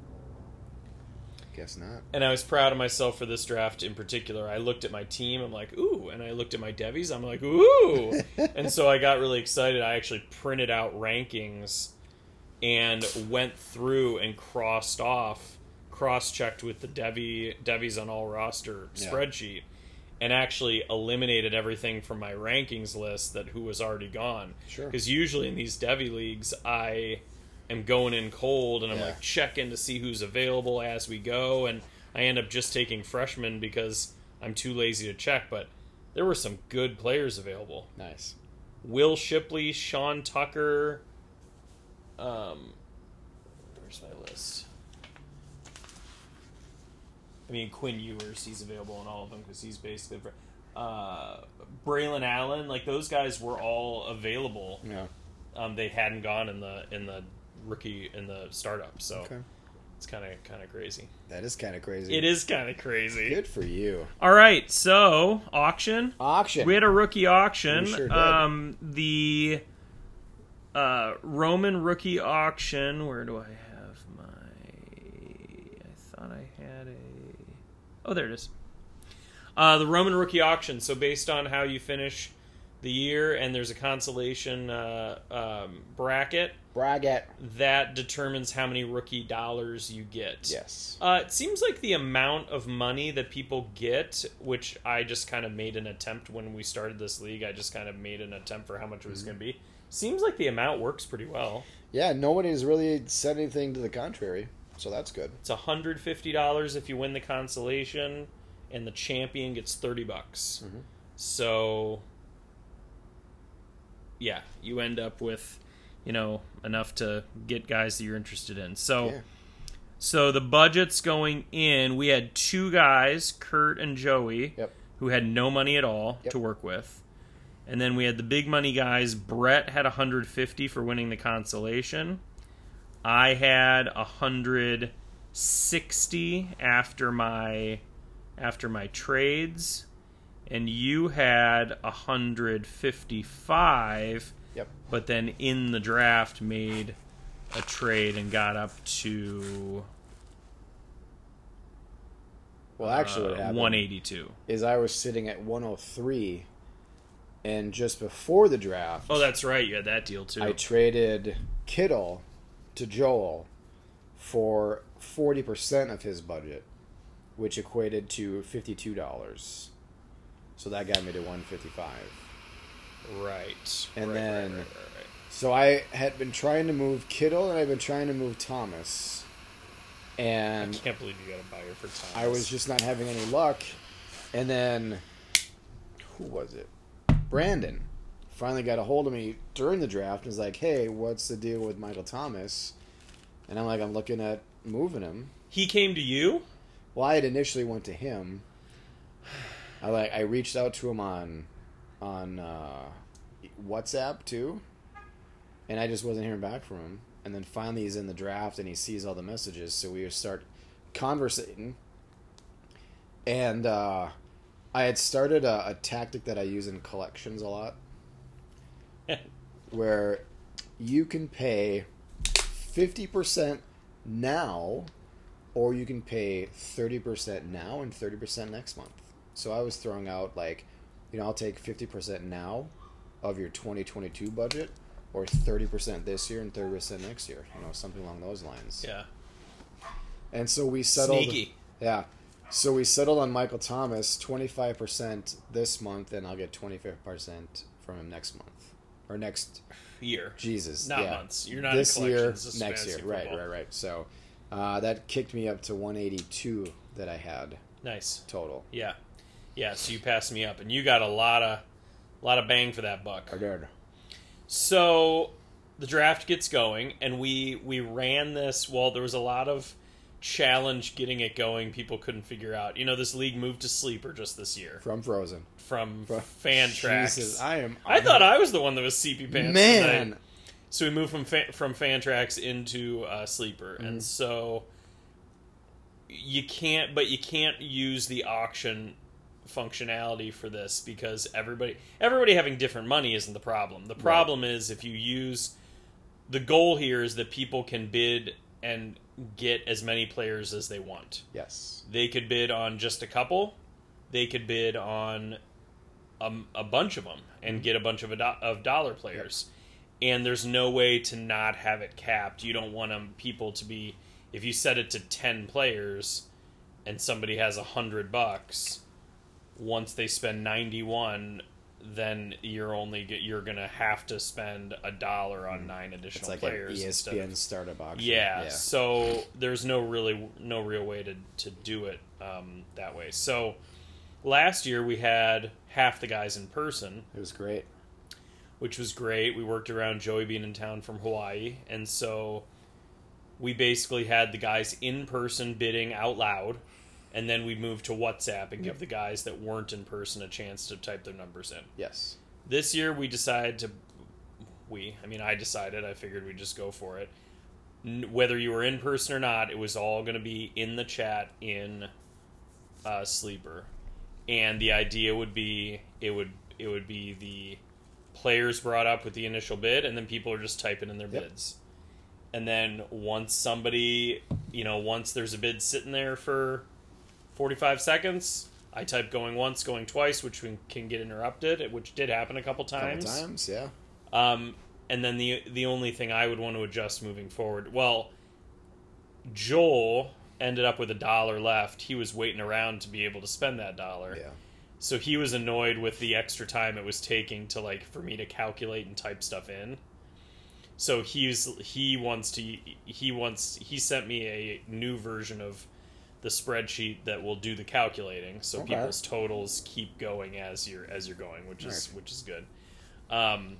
A: Guess not.
B: and I was proud of myself for this draft in particular. I looked at my team, I'm like, ooh, and I looked at my Devies, I'm like, ooh, and so I got really excited. I actually printed out rankings and went through and crossed off, cross-checked with the Devi Devies on all roster
A: Yeah.
B: spreadsheet, and actually eliminated everything from my rankings list that who was already gone.
A: Sure.
B: Because usually in these Devi leagues, I am going in cold and I'm
A: Yeah.
B: like checking to see who's available as we go, and I end up just taking freshmen because I'm too lazy to check. But there were some good players available.
A: Nice.
B: Will Shipley, Sean Tucker. Um, where's my list? I mean, Quinn Ewers, he's available in all of them because he's basically. fr- Uh, Braylon Allen, like those guys were all available.
A: Yeah.
B: Um, they hadn't gone in the in the rookie in the startup, so
A: Okay.
B: it's kind of kind of crazy.
A: That is kind of crazy.
B: It is kind of crazy.
A: Good for you.
B: All right, so auction.
A: Auction.
B: We had a rookie auction.
A: We sure did.
B: Um, the uh, Roman rookie auction. Where do I have my? I thought I had a. Oh, there it is. Uh, the Roman rookie auction. So based on how you finish the year, and there's a consolation uh, um, bracket
A: Braggett.
B: that determines how many rookie dollars you get.
A: Yes.
B: Uh, it seems like the amount of money that people get, which I just kind of made an attempt when we started this league. I just kind of made an attempt for how much it was going to be. Seems like the amount works pretty well.
A: Yeah, nobody has really said anything to the contrary, so that's good.
B: It's hundred fifty dollars if you win the consolation, and the champion gets thirty bucks.
A: Mhm.
B: So, yeah, you end up with, you know, enough to get guys that you're interested in. So.
A: Yeah.
B: So the budget's going in. We had two guys, Kurt and Joey,
A: Yep.
B: who had no money at all
A: Yep.
B: to work with. And then we had the big money guys. Brett had 150 for winning the consolation. I had 160 after my after my trades and you had 155
A: Yep.
B: but then in the draft made a trade and got up to
A: Well,
B: uh,
A: actually, what happened
B: 182.
A: is I was sitting at 103, and just before the draft,
B: Oh, that's right. You had that deal too.
A: I traded Kittle to Joel for 40% of his budget, which equated to $52. So that got me to 155.
B: right.
A: And
B: Right,
A: then-
B: right, right, right,
A: So I had been trying to move Kittle and I've been trying to move Thomas.
B: right.
A: And
B: can't believe you got a buyer for Thomas.
A: I was just not having any luck. And then, who was it? Brandon finally got a hold of me during the draft and was like, hey, what's the deal with Michael Thomas? And I'm like, I'm looking at moving him.
B: He came to you?
A: Well, I had initially went to him. I like I reached out to him on on uh, WhatsApp too, and I just wasn't hearing back from him. And then finally, he's in the draft and he sees all the messages, so we start conversating. And uh, I had started a, a tactic that I use in collections a lot, where you can pay fifty percent now, or you can pay thirty percent now and thirty percent next month. So I was throwing out like, you know, I'll take fifty percent now of your twenty twenty two budget, or thirty percent this year and thirty percent next year. You know, something along those lines.
B: yeah.
A: And so we settled.
C: Sneaky.
A: Yeah. So we settled on Michael Thomas, 25% this month, and I'll get 25% from him next month. Or next,
C: year.
A: Jesus.
B: Not
A: yeah.
B: months. You're not in
A: This year,
B: collections. This is
A: next year.
B: fantasy
A: Right,
B: football.
A: right, right. So uh, that kicked me up to 182 that I had
B: Nice.
A: total.
B: Yeah, yeah. So you passed me up, and you got a lot of, lot of bang for that buck.
A: I did.
B: So the draft gets going, and we we ran this. Well, there was a lot of challenge getting it going. People couldn't figure out. You know, this league moved to sleeper just this year
A: From Frozen.
B: from
A: Bro-
B: fan tracks.
A: Jesus, I am.
B: I thought I was the one that was CP pants.
A: Man.
B: tonight. So we moved from fa- from Fantrax into uh, Sleeper, and so you can't, but you can't use the auction functionality for this because everybody everybody having different money isn't the problem. The problem is if you use the goal here is that people can bid and get as many players as they want.
A: Yes.
B: They could bid on just a couple. They could bid on a, a bunch of them
A: Mm-hmm.
B: and get a bunch of a do- of dollar players. And there's no way to not have it capped. You don't want 'em- people to be if you set it to ten players and somebody has a hundred bucks. Once they spend ninety one, then you're only get, you're gonna have to spend a dollar on nine additional
A: Mm. It's like an E
B: players. instead of-
A: ESPN startup auction.
B: yeah, so there's no really no real way to to do it um, that way so last year we had half the guys in person
A: It was great.
B: which was great we worked around joey being in town from hawaii and so we basically had the guys in person bidding out loud and then we moved to whatsapp and give the guys that weren't in person a chance to type their numbers in
A: Yes.
B: this year we decided to we i mean i decided i figured we'd just go for it N- whether you were in person or not it was all going to be in the chat in uh, sleeper and the idea would be it would it would be the players brought up with the initial bid and then people are just typing in their
A: Yep.
B: bids and then once somebody you know once there's a bid sitting there for 45 seconds i type going once going twice which we can get interrupted which did happen a couple
A: Couple
B: times
A: times, yeah.
B: um, and then the the only thing I would want to adjust moving forward, well, Joel ended up with a dollar left. He was waiting around to be able to spend that dollar,
A: Yeah.
B: so he was annoyed with the extra time it was taking to like for me to calculate and type stuff in. So he's he wants to he wants he sent me a new version of the spreadsheet that will do the calculating, so
A: Okay.
B: people's totals keep going as you're as you're going, which is
A: Nice.
B: which is good. Um,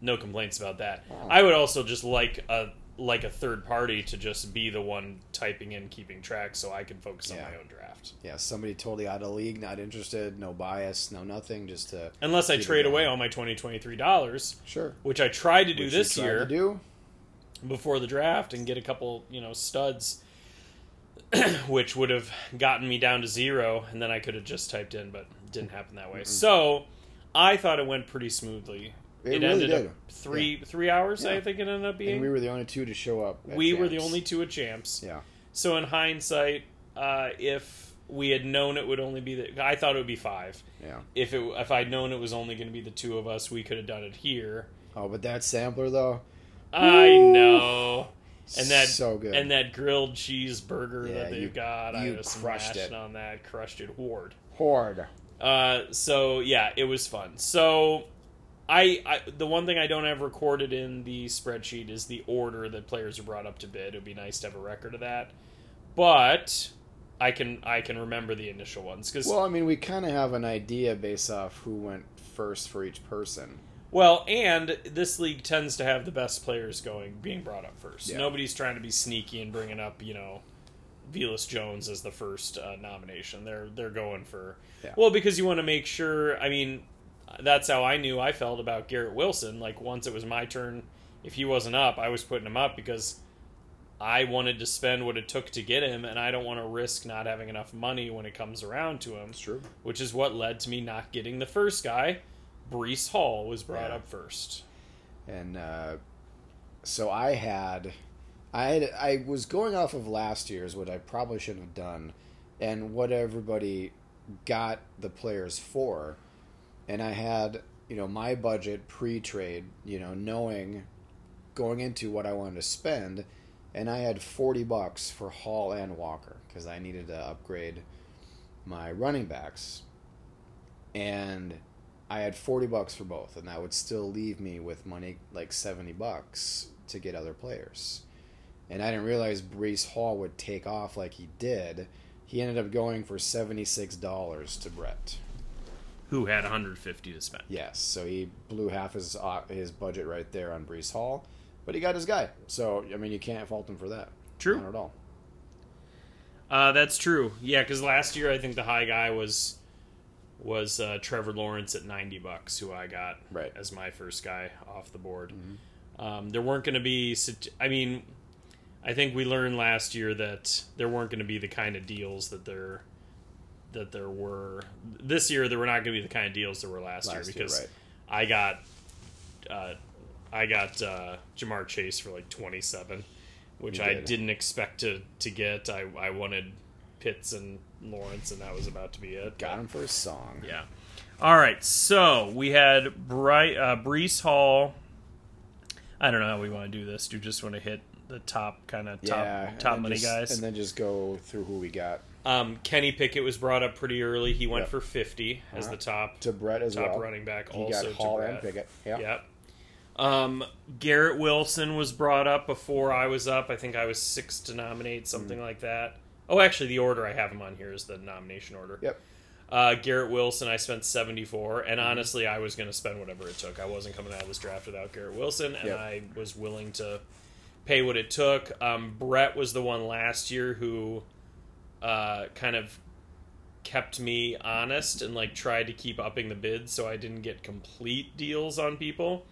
B: no complaints about that.
A: Wow.
B: I would also just like a like a third party to just be the one typing in, keeping track, so I can focus on
A: Yeah.
B: my own draft.
A: Yeah, somebody totally out of league, not interested, no bias, no nothing, just to
B: Unless I
A: Keep it
B: trade away
A: going.
B: all my twenty twenty three dollars,
A: sure
B: which I tried to do
A: Which you
B: this
A: tried
B: year
A: To do
B: before the draft and get a couple you know studs, which would have gotten me down to zero, and then I could have just typed in, but it didn't happen that way. So I thought it went pretty smoothly.
A: It really
B: ended
A: did.
B: up three three hours. I
A: Yeah.
B: think it ended up being.
A: and we were the only two to show up. at
B: we were the
A: Champs.
B: only two at champs.
A: Yeah,
B: So in hindsight, uh, if we had known it would only be the, I thought it would be five.
A: yeah.
B: If it, if I'd known it was only going to be the two of us, we could have done it here.
A: Oh, but that sampler though,
B: I know. And that
A: so good.
B: And that grilled cheese burger
A: Yeah,
B: that they've
A: you-
B: got, I
A: you
B: was
A: crushed
B: crushed
A: it.
B: on that, crushed it hard.
A: hard.
B: Uh, so yeah, it was fun. So I, I the one thing I don't have recorded in the spreadsheet is the order that players are brought up to bid. It would be nice to have a record of that, but I can I can remember the initial ones because
A: Well, I mean, we kind of have an idea based off who went first for each person.
B: well, and this league tends to have the best players going being brought up first.
A: Yeah.
B: Nobody's trying to be sneaky and bringing up you know Velas Jones as the first uh, nomination. They're they're going for
A: Yeah.
B: well because you want to make sure. I mean, that's how I knew I felt about Garrett Wilson. Like once it was my turn if he wasn't up, I was putting him up because I wanted to spend what it took to get him, and I don't want to risk not having enough money when it comes around to him.
A: true.
B: Which is what led to me not getting the first guy. Brees Hall was brought
A: Yeah.
B: up first.
A: and uh, so I had, I had, I was going off of last year's, what I probably shouldn't have done, and what everybody got the players for, and I had, you know, my budget pre-trade, you know, knowing, going into what I wanted to spend, and I had forty bucks for Hall and Walker because I needed to upgrade my running backs, and. I had 40 bucks for both, and that would still leave me with money like 70 bucks to get other players. And I didn't realize Brees Hall would take off like he did. He ended up going for $76 to Brett.
B: Who had 150 to spend?
A: Yes, so he blew half his uh, his budget right there on Brees Hall, but he got his guy. So, I mean, you can't fault him for that.
B: True.
A: Not at all.
B: Uh, that's true. Yeah, because last year I think the high guy was was uh, Trevor Lawrence at ninety bucks, who I got
A: Right.
B: as my first guy off the board. Um, there weren't going to be. sit- I mean, I think we learned last year that there weren't going to be the kind of deals that there that there were this year. There were not going to be the kind of deals there were last, year
A: Last year,
B: because
A: right.
B: I got uh, I got uh, Jamar Chase for like twenty seven, which
A: You
B: I
A: did.
B: didn't expect to to get. I I wanted Pitts and Lawrence, and that was about to be it.
A: Got him for his song.
B: Yeah. All right. So we had Bright, uh, Brees Hall. I don't know how we want to do this. Do you just want to hit the top kind of top
A: Yeah, and
B: top
A: then
B: money
A: just-
B: guys?
A: And then just go through who we got
B: um, Kenny Pickett was brought up pretty early. He went
A: Yep. Uh-huh.
B: for fifty as the top
A: to Brett as
B: top
A: well.
B: running back.
A: He
B: also
A: got Hall
B: to
A: and
B: Brett.
A: Pickett. Yeah.
B: Yep. Um, Garrett Wilson was brought up before I was up. I think I was six to nominate, something like that. Oh, actually, the order I have him on here is the nomination order.
A: Yep.
B: Uh, Garrett Wilson, I spent 74, and honestly, I was going to spend whatever it took. I wasn't coming out of this draft without Garrett Wilson, and
A: Yep.
B: I was willing to pay what it took. Um, Brett was the one last year who uh, kind of kept me honest and like tried to keep upping the bid so I didn't get complete deals on people.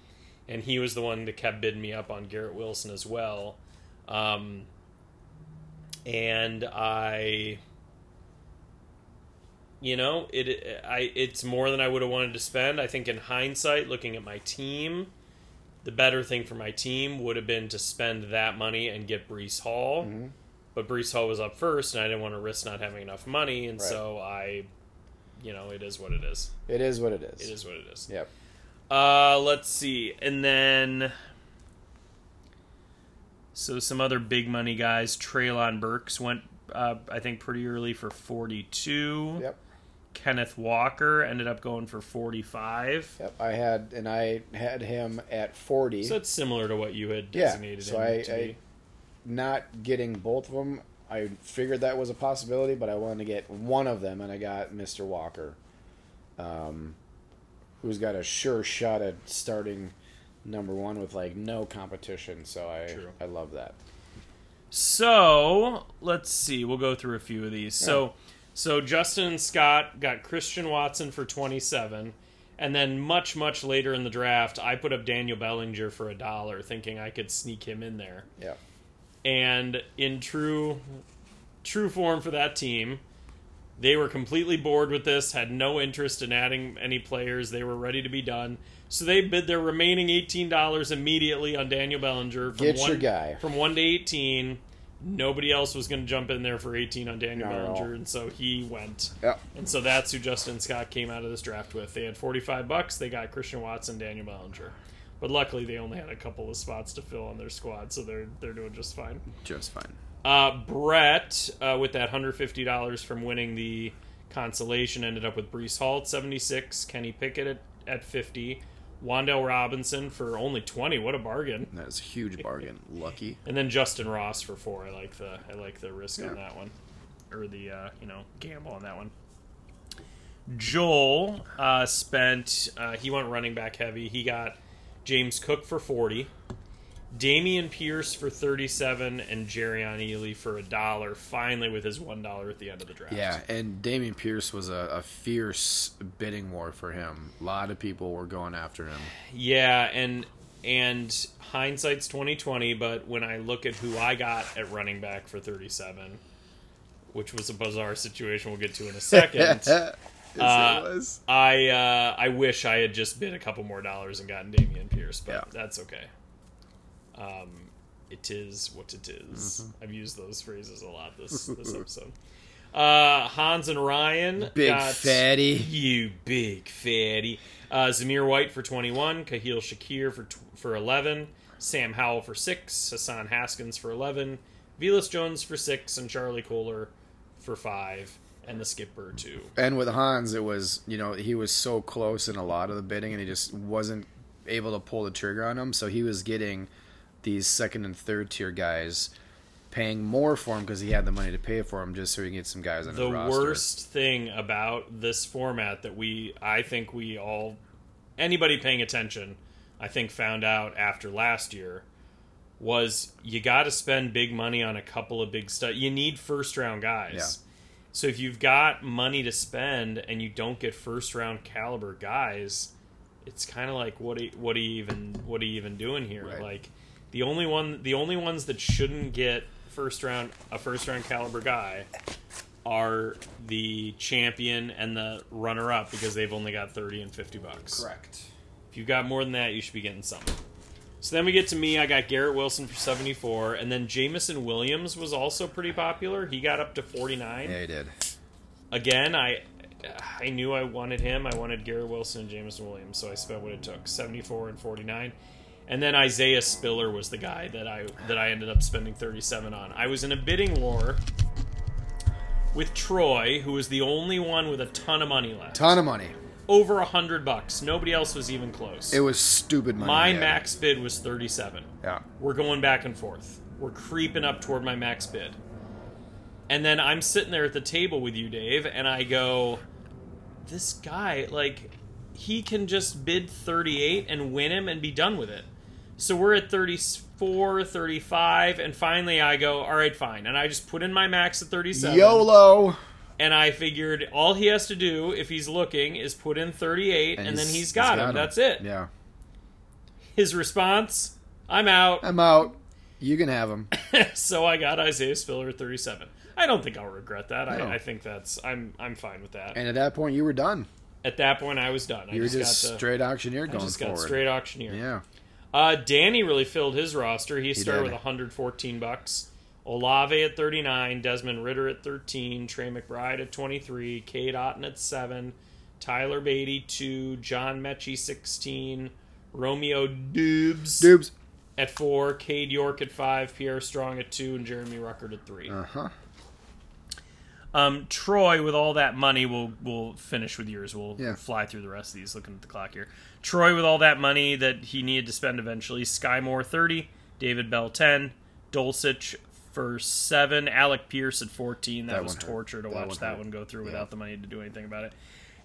B: And he was the one that kept bidding me up on Garrett Wilson as well. Um, and I, you know, it I it's more than I would have wanted to spend. I think in hindsight, looking at my team, the better thing for my team would have been to spend that money and get Brees Hall. But Brees Hall was up first, and I didn't want to risk not having enough money, and
A: Right.
B: so I, you know, it is what it is.
A: It is what it
B: It
A: is.
B: is what it is.
A: Yep.
B: Uh, let's see, and then so some other big money guys. Traylon Burks went, uh, I think, pretty early for forty-two.
A: Yep.
B: Kenneth Walker ended up going for forty-five.
A: Yep. I had and I had him at forty.
B: So that's similar to what you had
A: Yeah,
B: designated
A: so
B: him
A: I-
B: to be.
A: Not getting both of them. I figured that was a possibility, but I wanted to get one of them, and I got Mr. Walker, um, who's got a sure shot at starting number one with like no competition. So I
B: True.
A: I love that.
B: So let's see. We'll go through a few of these. So, so Justin and Scott got Christian Watson for twenty seven, and then much much later in the draft, I put up Daniel Bellinger for a dollar, thinking I could sneak him in there.
A: Yeah.
B: And in true true form for that team, they were completely bored with this, had no interest in adding any players. They were ready to be done. So they bid their remaining $18 immediately on Daniel Bellinger. From
A: Get
B: one,
A: your guy.
B: From 1 to 18. Nobody else was going to jump in there for 18 on Daniel
A: Not at all.
B: Bellinger, and so he went.
A: Yeah.
B: And so that's who Justin Scott came out of this draft with. They had 45 bucks. They got Christian Watson, Daniel Bellinger. But luckily, they only had a couple of spots to fill on their squad, so they're they're doing just fine.
A: Just fine.
B: Uh, Brett, uh, with that $150 from winning the consolation, ended up with Brees Hall at 76, Kenny Pickett at, at 50, Wandell Robinson for only 20. What a bargain!
A: That is a huge bargain. Lucky.
B: And then Justin Ross for four. I like the I like the risk
A: Yeah.
B: on that one, or the uh, you know gamble on that one. Joel uh, spent. Uh, he went running back heavy. He got James Cook for forty, Damian Pierce for thirty-seven, and Jerrion Ely for a dollar. Finally, with his one dollar at the end of the draft.
A: Yeah, and Damian Pierce was a, a fierce bidding war for him. A lot of people were going after him.
B: Yeah, and and hindsight's twenty twenty. But when I look at who I got at running back for thirty seven, which was a bizarre situation, we'll get to in a second.
A: yes,
B: Uh,
A: it was.
B: I uh, I wish I had just bid a couple more dollars and gotten Damian Pierce, but
A: Yeah.
B: that's okay. Um, it is what it is.
A: Mm-hmm.
B: I've used those phrases a lot this this episode. Uh, Hans and Ryan,
A: Big
B: got-
A: fatty.
B: you big fatty. Uh, Zamir White for twenty one, Kahil Shakir for tw- for eleven, Sam Howell for six, Hassan Haskins for eleven, Velas Jones for six, and Charlie Kohler for five, and the skipper too.
A: And with Hans, it was you know he was so close in a lot of the bidding, and he just wasn't able to pull the trigger on him. So he was getting these second and third tier guys paying more for him because he had the money to pay for him, just so he could get some guys on
B: the
A: roster.
B: worst thing about this format that we i think we all anybody paying attention i think found out after last year was you got to spend big money on a couple of big stuff you need first round guys so if you've got money to spend and you don't get first round caliber guys it's kind of like what are, what are you even what are you even doing here
A: Right.
B: like the only one the only ones that shouldn't get first round a first round caliber guy are the champion and the runner up because they've only got 30 and 50 bucks.
A: Correct.
B: If you got more than that, you should be getting something. So then we get to me. I got Garrett Wilson for 74 and then Jamison Williams was also pretty popular. He got up to 49.
A: Yeah, he did.
B: Again, I I knew I wanted him. I wanted Garrett Wilson and Jamison Williams, so I spent what it took, 74 and 49. And then Isaiah Spiller was the guy that I that I ended up spending 37 on. I was in a bidding war with Troy, who was the only one with a ton of money left.
A: Ton of money.
B: Over a hundred bucks. Nobody else was even close.
A: It was stupid money.
B: My
A: he had.
B: max bid was 37.
A: Yeah.
B: We're going back and forth. We're creeping up toward my max bid. And then I'm sitting there at the table with you, Dave, and I go, this guy, like, he can just bid 38 and win him and be done with it. So we're at 34, 35, and finally I go, all right, fine. And I just put in my max at 37.
A: YOLO.
B: And I figured all he has to do, if he's looking, is put in 38, and, then he's got, him. That's it.
A: Yeah.
B: His response, I'm out.
A: I'm out. You can have him.
B: so I got Isaiah Spiller at 37. I don't think I'll regret that.
A: No.
B: I, I think that's I'm I'm fine with that.
A: And at that point, you were done.
B: At that point, I was done. I
A: You were
B: just,
A: just
B: got the,
A: straight auctioneer
B: I
A: going
B: just
A: forward.
B: got straight auctioneer.
A: Yeah.
B: Uh, Danny really filled his roster. He, started
A: did.
B: with 114 bucks. Olave at 39, Desmond Ritter at 13, Trey McBride at 23, Kate Otten at 7, Tyler Beatty 2, John Mechie 16, Romeo Dubes
A: Dubes.
B: at 4, Cade York at 5, Pierre Strong at 2, and Jeremy Ruckert at 3.
A: Uh huh.
B: Um, Troy, with all that money, we'll we'll finish with yours. We'll
A: Yeah.
B: fly through the rest of these. Looking at the clock here, Troy, with all that money that he needed to spend eventually, Skymore thirty, David Bell ten, Dulcich for seven, Alec Pierce at fourteen. That,
A: That
B: was
A: one hurt.
B: torture to
A: That
B: watch
A: one
B: that
A: hurt.
B: one go through
A: Yeah.
B: without the money to do anything about it.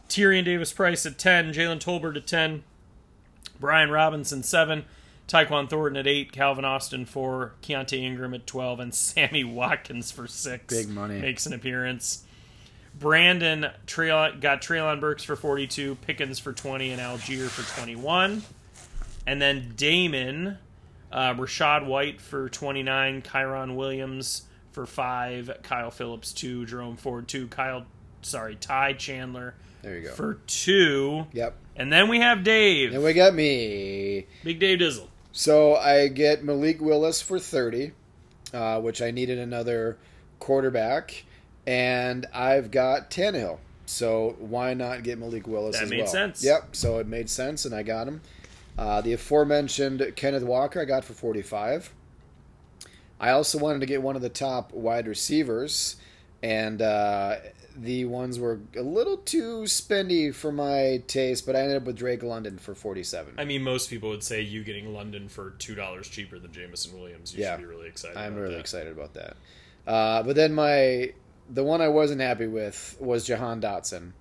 B: Tyrion Davis Price at ten, Jalen Tolbert at ten, Brian Robinson seven. Tyquan Thornton at eight, Calvin Austin four, Keontae Ingram at twelve, and Sammy Watkins for six.
A: Big money.
B: makes an appearance. Brandon Trail got Traylon Burks for 42, Pickens for 20, and Algier for 21. And then Damon, uh, Rashad White for 29, Kyron Williams for 5, Kyle Phillips 2, Jerome Ford 2, Kyle, sorry, Ty Chandler
A: There you go.
B: for 2.
A: yep.
B: And then we have Dave,
A: And we got me.
B: Big Dave Dizzle.
A: So I get Malik Willis for 30, uh, which I needed another quarterback. And I've got Tannehill. So why not get Malik Willis
B: That
A: as
B: made
A: well?
B: sense.
A: Yep. So it made sense, and I got him. Uh, the aforementioned Kenneth Walker I got for 45. I also wanted to get one of the top wide receivers, and uh, the ones were a little too spendy for my taste, but I ended up with Drake London for 47.
B: I mean, most people would say you getting London for $2 cheaper than Jamison Williams. You
A: Yeah.
B: should be really excited.
A: I'm
B: about
A: really
B: that.
A: excited about that. Uh, but then my the one I wasn't happy with was Jahan Dotson.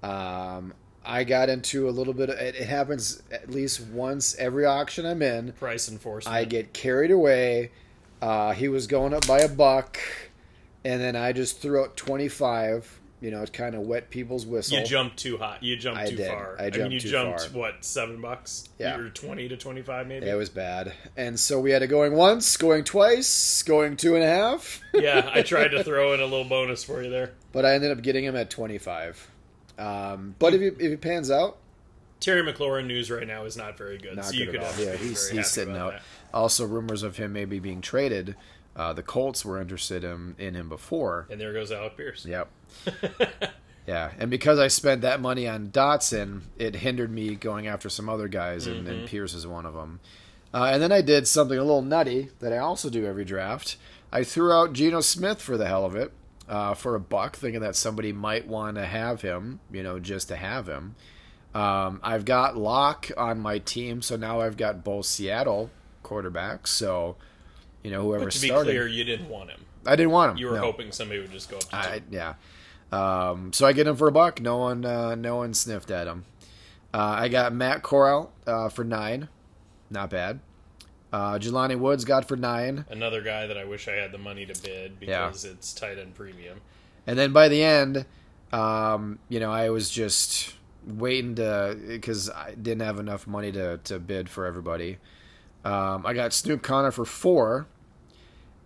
A: Um, I got into a little bit. Of, it, it happens at least once every auction I'm in.
B: Price enforcement.
A: I get carried away. Uh, he was going up by a buck, and then I just threw out 25 You know, it kind of wet people's whistle.
B: You jumped too high. You jumped
A: I
B: too
A: did.
B: far.
A: I
B: mean,
A: jumped
B: you
A: too
B: jumped
A: far.
B: what seven bucks?
A: Yeah.
B: or twenty to twenty-five, maybe.
A: It was bad. And so we had it going once, going twice, going two and a half.
B: yeah, I tried to throw in a little bonus for you there.
A: but I ended up getting him at 25. Um, but if he, if he pans out,
B: Terry McLaurin news right now is not very good,
A: not
B: so
A: good
B: you
A: at
B: could
A: all.
B: have to
A: Yeah,
B: be
A: he's, he's
B: very happy
A: sitting
B: about
A: out. Also, rumors of him maybe being traded. Uh, the Colts were interested in, in him before.
B: that. And there goes Alec Pierce.
A: Yep. yeah, and because I spent that money on Dotson, it hindered me going after some other guys, and,
B: Mm-hmm.
A: and Pierce is one of them. Uh, and then I did something a little nutty that I also do every draft. I threw out Geno Smith for the hell of it, uh, for a buck, thinking that somebody might want to have him, you know, just to have him. Um, I've got Locke on my team, so now I've got both Seattle quarterbacks. So, you know, whoever
B: But to be
A: started,
B: clear, you didn't want him.
A: I didn't want him.
B: You were
A: no.
B: hoping somebody would just go up to
A: I, yeah. Um, so I get him for a buck. No one, uh, no one sniffed at him. Uh, I got Matt Corral uh, for nine, not bad. Uh, Jelani Woods got for nine,
B: another guy that I wish I had the money to bid
A: Yeah.
B: because it's tight end premium.
A: and then by the end, um, you know, I was just waiting to because I didn't have enough money to to bid for everybody. Um, I got Snoop Connor for four,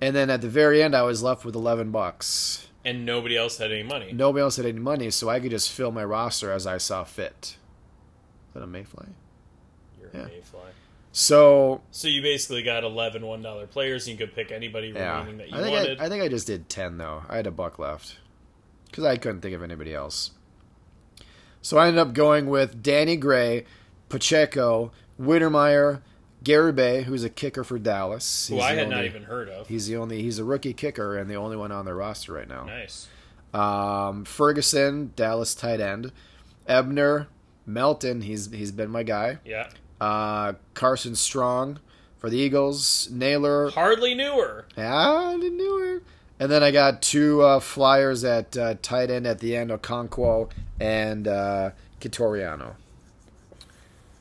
A: and then at the very end, I was left with eleven bucks.
B: And nobody else had any money.
A: nobody else had any money, so I could just fill my roster as I saw fit. Is that a mayfly?
B: You're
A: Yeah.
B: a mayfly.
A: So
B: So you basically got 11 one dollar players, and you could pick anybody
A: yeah,
B: remaining that you
A: I think
B: wanted.
A: I, I think I just did ten though. I had a buck left because I couldn't think of anybody else. So I ended up going with Danny Gray, Pacheco, Wintermeyer, Garibay, who's a kicker for Dallas.
B: who
A: He's
B: I
A: the
B: had not
A: only-
B: even heard of.
A: He's the only. He's a rookie kicker and the only one on their roster right now.
B: Nice.
A: Um, Ferguson, Dallas tight end, Ebner, Melton. He's he's been my guy.
B: Yeah.
A: uh, Carson Strong for the Eagles, Naylor.
B: Hardly knew her.
A: Ah, I didn't know her. And then I got two uh, flyers at uh, tight end at the end, Okonkwo and uh, Kitoriano.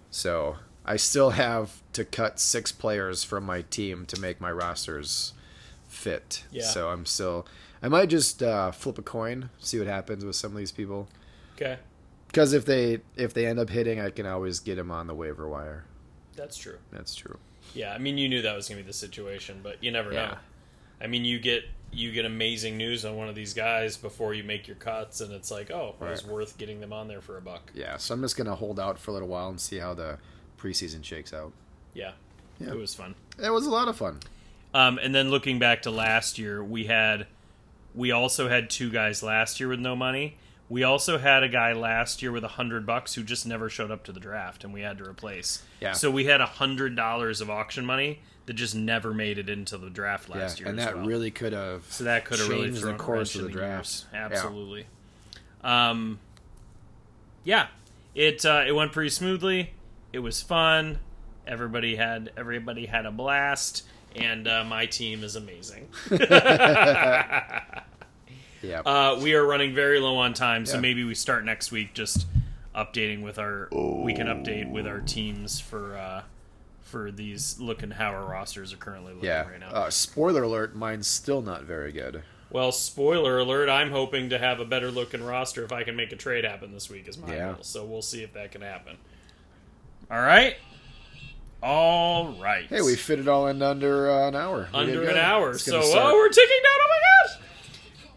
A: So I still have to cut six players from my team to make my rosters fit.
B: Yeah.
A: So I'm still. I might just uh, flip a coin, see what happens with some of these people.
B: Okay.
A: Because if they if they end up hitting, I can always get them on the waiver wire.
B: That's true.
A: That's true.
B: Yeah, I mean, you knew that was going to be the situation, but you never know.
A: Yeah.
B: I mean, you get you get amazing news on one of these guys before you make your cuts, and it's like, oh, it was
A: Right.
B: worth getting them on there for a buck.
A: Yeah, so I'm just gonna hold out for a little while and see how the preseason shakes out.
B: Yeah,
A: Yeah.
B: it was fun.
A: It was a lot of fun.
B: Um, and then looking back to last year, we had we also had two guys last year with no money. We also had a guy last year with a hundred bucks who just never showed up to the draft, and we had to replace.
A: Yeah.
B: So we had a hundred dollars of auction money that just never made it into the draft last
A: yeah,
B: year,
A: and
B: as
A: that
B: well.
A: really could have
B: So that could have really
A: changed
B: thrown
A: the course
B: a
A: of
B: wrench
A: the
B: in
A: draft.
B: years. Absolutely. Um, yeah, it uh, it went pretty smoothly. It was fun. Everybody had everybody had a blast, and uh, my team is amazing.
A: Yeah, yeah.
B: Uh, we are running very low on time, so
A: Yeah.
B: maybe we start next week just updating with our we can update with our teams for uh, for these looking how our rosters are currently looking
A: yeah.
B: right now.
A: Uh, spoiler alert: mine's still not very good.
B: Well, spoiler alert, I'm hoping to have a better looking roster if I can make a trade happen this week is my
A: Yeah.
B: goal. So we'll see if that can happen. All right. All right.
A: Hey, we fit it all in under uh, an hour. We did
B: under an
A: good.
B: hour.
A: It's
B: So
A: gonna
B: oh,
A: start-
B: we're ticking down. Oh my gosh.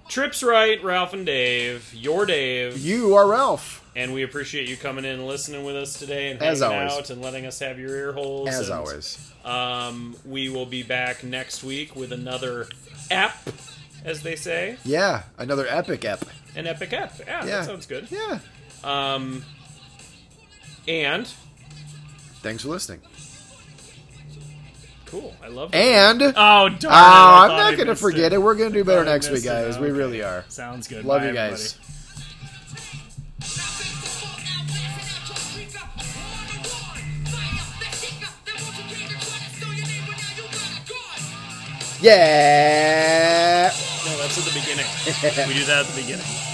B: Trips right, Ralph and Dave. Your Dave.
A: you are Ralph.
B: and we appreciate you coming in and listening with us today and
A: As
B: hanging
A: always.
B: out and letting us have your ear holes.
A: As
B: and,
A: always,
B: Um, we will be back next week with another app, as they say.
A: yeah. Another epic ep.
B: An epic app. Yeah,
A: Yeah.
B: that sounds good.
A: Yeah.
B: Um, and
A: Thanks for listening.
B: cool. I love. it.
A: And oh,
B: oh darn! it, I
A: I'm
B: thought I
A: not gonna
B: missed
A: forget it. We're gonna do
B: I
A: better next week,
B: missed it.
A: guys. We
B: Okay.
A: really are.
B: Sounds good.
A: Love
B: Bye,
A: you guys.
B: everybody.
A: Yeah.
B: No, that's at the beginning. we do that at the beginning.